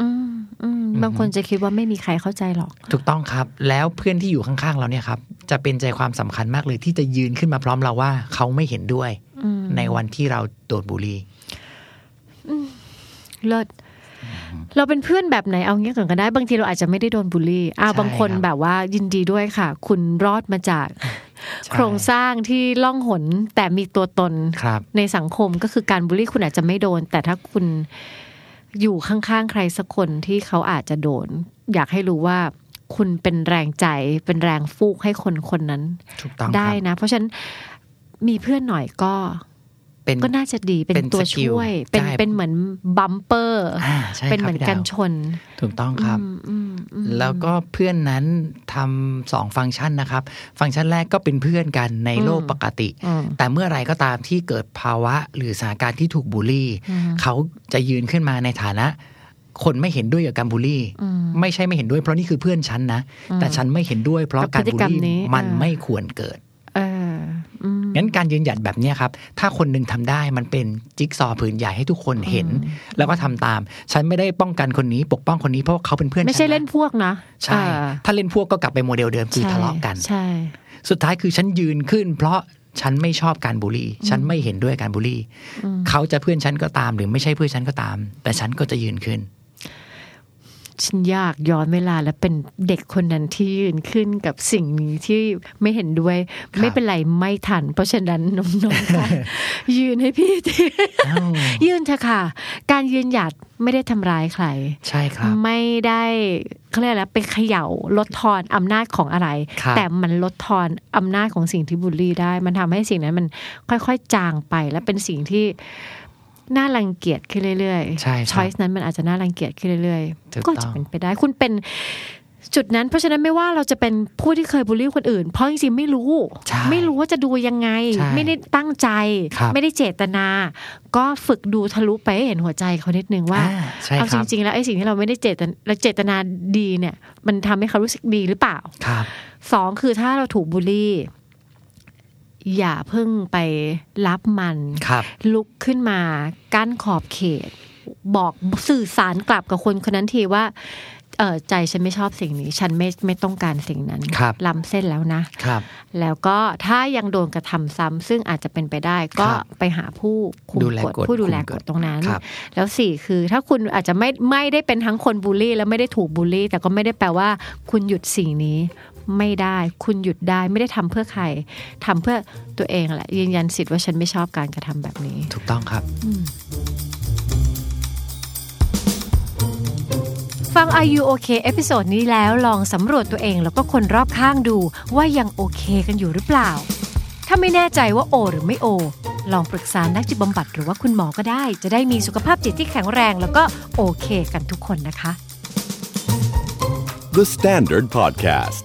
Speaker 2: อืมอืม บางคนจะคิดว่าไม่มีใครเข้าใจหรอก
Speaker 3: ถูกต้องครับ แล้วเพื่อนที่อยู่ข้างๆเราเนี่ยครับจะเป็นใจความสำคัญมากเลยที่จะยืนขึ้นมาพร้อมเราว่าเขาไม่เห็นด้วย
Speaker 2: อืม
Speaker 3: ในวันที่เราโดนบูลลี่
Speaker 2: เลิศเราเป็นเพื่อนแบบไหนเอางี้ก่อนก็ได้ บางทีเราอาจจะไม่ได้โดนบูลลี่อ่า
Speaker 3: ใช่
Speaker 2: บางคน
Speaker 3: ครับ
Speaker 2: แบบว่ายินดีด้วยค่ะ คุณรอดมาจาก
Speaker 3: ใช่
Speaker 2: โครงสร้างที่ล่องหนแต่มีตัวตน
Speaker 3: ครับ
Speaker 2: ในสังคมก็คือการบูลลี่คุณอาจจะไม่โดน แต่ถ้าคุณอยู่ข้างๆใครสักคนที่เขาอาจจะโดน อยากให้รู้ว่าคุณเป็นแรงใจเป็นแรงฟูกให้คนคนนั้น
Speaker 3: ถูกต้อง
Speaker 2: ได้
Speaker 3: ครับ
Speaker 2: นะ เพราะฉะนั้นมีเพื่อนหน่อยก็
Speaker 3: เป็น
Speaker 2: ก็น่าจะดีเป็
Speaker 3: เป็น น
Speaker 2: ตัว
Speaker 3: สกิล
Speaker 2: ช่วย เป็น
Speaker 3: ได้
Speaker 2: เป็นเหมือนบัมเปอร์
Speaker 3: อ่าใช่
Speaker 2: เป็น
Speaker 3: ครับ
Speaker 2: เหมือน
Speaker 3: พี่ดาว
Speaker 2: กันชน
Speaker 3: ถูกต้องครับ
Speaker 2: อืมอืมอืม
Speaker 3: แล้วก็เพื่อนนั้นทำสองฟังก์ชันนะครับ ฟังก์ชันแรกก็เป็นเพื่อนกันในโลกปกติ
Speaker 2: อืม
Speaker 3: แต่เมื่อไหรก็ตามที่เกิดภาวะหรือสถานการณ์ที่ถูกบูลลี่
Speaker 2: อืม
Speaker 3: เขาจะยืนขึ้นมาในฐานะ คนไม่เห็นด้วยกับการบูลลี่
Speaker 2: อืม
Speaker 3: ไม่ใช่ไม่เห็นด้วยเพราะนี่คือเพื่อนฉันนะ
Speaker 2: อืม
Speaker 3: แต่ฉันไม่เห็นด้วยเพราะ
Speaker 2: กับ
Speaker 3: การ
Speaker 2: พฤติ
Speaker 3: บูล
Speaker 2: กรรมนี้
Speaker 3: ลี่มัน
Speaker 2: อ่า
Speaker 3: ไม่ควรเกิด
Speaker 2: เอออืม
Speaker 3: งั้นการยืนหยัดแบบเนี้ยครับ ถ้าคนหนึ่งทำได้มันเป็นจิ๊กซอว์ผืนใหญ่ให้ทุกคนเห็น
Speaker 2: อืม
Speaker 3: แล้วก็ทำตาม ฉันไม่ได้ป้องกันคนนี้ปกป้องคนนี้เพราะเขาเป็นเพื่อน
Speaker 2: ไม่ใช่
Speaker 3: ฉัะ
Speaker 2: เล่นพวกนะ
Speaker 3: ใช่
Speaker 2: เออ
Speaker 3: ถ้าเล่นพวกก็กลับไปโมเดลเดิมคือ
Speaker 2: ใช่
Speaker 3: ทะเลาะกัน
Speaker 2: ใช่
Speaker 3: สุดท้ายคือฉันยืนขึ้น เพราะฉันไม่ชอบการบูลลี่ ฉันไม่เห็นด้วยการบูลลี่
Speaker 2: อืม
Speaker 3: เขาจะเพื่อนฉันก็ตามหรือไม่ใช่เพื่อนฉันก็ตาม แต่ฉันก็จะยืนขึ้น
Speaker 2: ฉันอยากย้อนเวลาและเป็นเด็กคนนั้นที่ยืนขึ้นกับสิ่งนี้ที่ไม่เห็นด้วย
Speaker 3: ครับ
Speaker 2: ไม่เป็นไรไม่ทัน เพราะฉะนั้นน้องๆ ค่ะยืนให้พี่ที
Speaker 3: อ้าว
Speaker 2: ยืนเถอะค่ะ การยืนหยัดไม่ได้ทำร้ายใคร
Speaker 3: ใช่ครับ
Speaker 2: ไม่ได้เขาเรียกอะไรไปเขย่าลดทอนอำนาจของอะไร
Speaker 3: ครับ
Speaker 2: แต่มันลดทอนอำนาจของสิ่งที่บูลลี่ได้ มันทำให้สิ่งนั้นมันค่อยๆจางไป และเป็นสิ่งที่น่ารังเกียจขึ้นเรื่อย
Speaker 3: ใช่ค
Speaker 2: ช้
Speaker 3: รั
Speaker 2: อบ ยส์นั้นมันอาจจะน่ารังเกียจขึ้นเรื่อย
Speaker 3: ถูก
Speaker 2: ๆ ก็
Speaker 3: ต้
Speaker 2: จะ
Speaker 3: อง
Speaker 2: เป็นไปได้คุณเป็นจุดนั้น เพราะฉะนั้นไม่ว่าเราจะเป็นผู้ที่เคยบูลลี่คนอื่น เพราะจริงๆไม่รู้
Speaker 3: ใช่
Speaker 2: ไม่รู้ว่าจะดูยังไง
Speaker 3: ใช่
Speaker 2: ไม่ได้ตั้งใจ
Speaker 3: ครับ
Speaker 2: ไม่ได้เจตนา ก็ฝึกดูทะลุไปให้เห็นหัวใจเขานิดนึงว่า
Speaker 3: อ่ใช่
Speaker 2: เอา
Speaker 3: ค
Speaker 2: จ
Speaker 3: รับ
Speaker 2: ริงๆ แล้วไอ้สิ่งที่เราไม่ได้เจตนาเราเจตนาดีเนี่ย มันทำให้เขารู้สึกดีหรือเปล่า
Speaker 3: ครับ
Speaker 2: สองคือถ้าเราถูกบูลลี่ อย่าเพิ่งไปรับมัน
Speaker 3: ครับ
Speaker 2: ลุกขึ้นมากั้นขอบเขต บอกสื่อสารกลับกับคนคนนั้นทีว่าเออใจฉันไม่ชอบสิ่งนี้ ฉันไม่ไม่ต้องการสิ่งนั้น
Speaker 3: ครับ
Speaker 2: ล้ำเส้นแล้วนะ
Speaker 3: ครับ
Speaker 2: แล้วก็ถ้ายังโดนกระทำซ้ำซึ่งอาจจะเป็นไปได้ ก็
Speaker 3: ครับ
Speaker 2: ไปหาผู้คุม
Speaker 3: ดูแล
Speaker 2: กฎ
Speaker 3: กฎ
Speaker 2: ผู้ดูแล
Speaker 3: คุมก
Speaker 2: ก
Speaker 3: ฎ
Speaker 2: ฎตรงนั้น
Speaker 3: ครับ
Speaker 2: แล้วสี่คือถ้าคุณอาจจะไม่ไม่ได้เป็นทั้งคนบูลลี่ และไม่ได้ถูกบูลลี่ แต่ก็ไม่ได้แปลว่า คุณหยุดสิ่งนี้ ไม่ได้คุณหยุดได้ไม่ได้ทำเพื่อใครทำเพื่อตัวเองแหละยืนยันสิทธิ์ว่าฉันไม่ชอบการกระทำแบบนี้
Speaker 3: ถูกต้องครับ
Speaker 2: ฟัง Are You OK เอพิโซดนี้แล้วลองสำรวจตัวเองแล้วก็คนรอบข้างดูว่ายังโอเคกันอยู่หรือเปล่า ถ้าไม่แน่ใจว่าโอ หรือไม่โอ ลองปรึกษานักจิตบำบัดหรือว่าคุณหมอก็ได้ จะได้มีสุขภาพจิตที่แข็งแรงแล้วก็โอเคกันทุกคนนะคะ
Speaker 1: The Standard Podcast.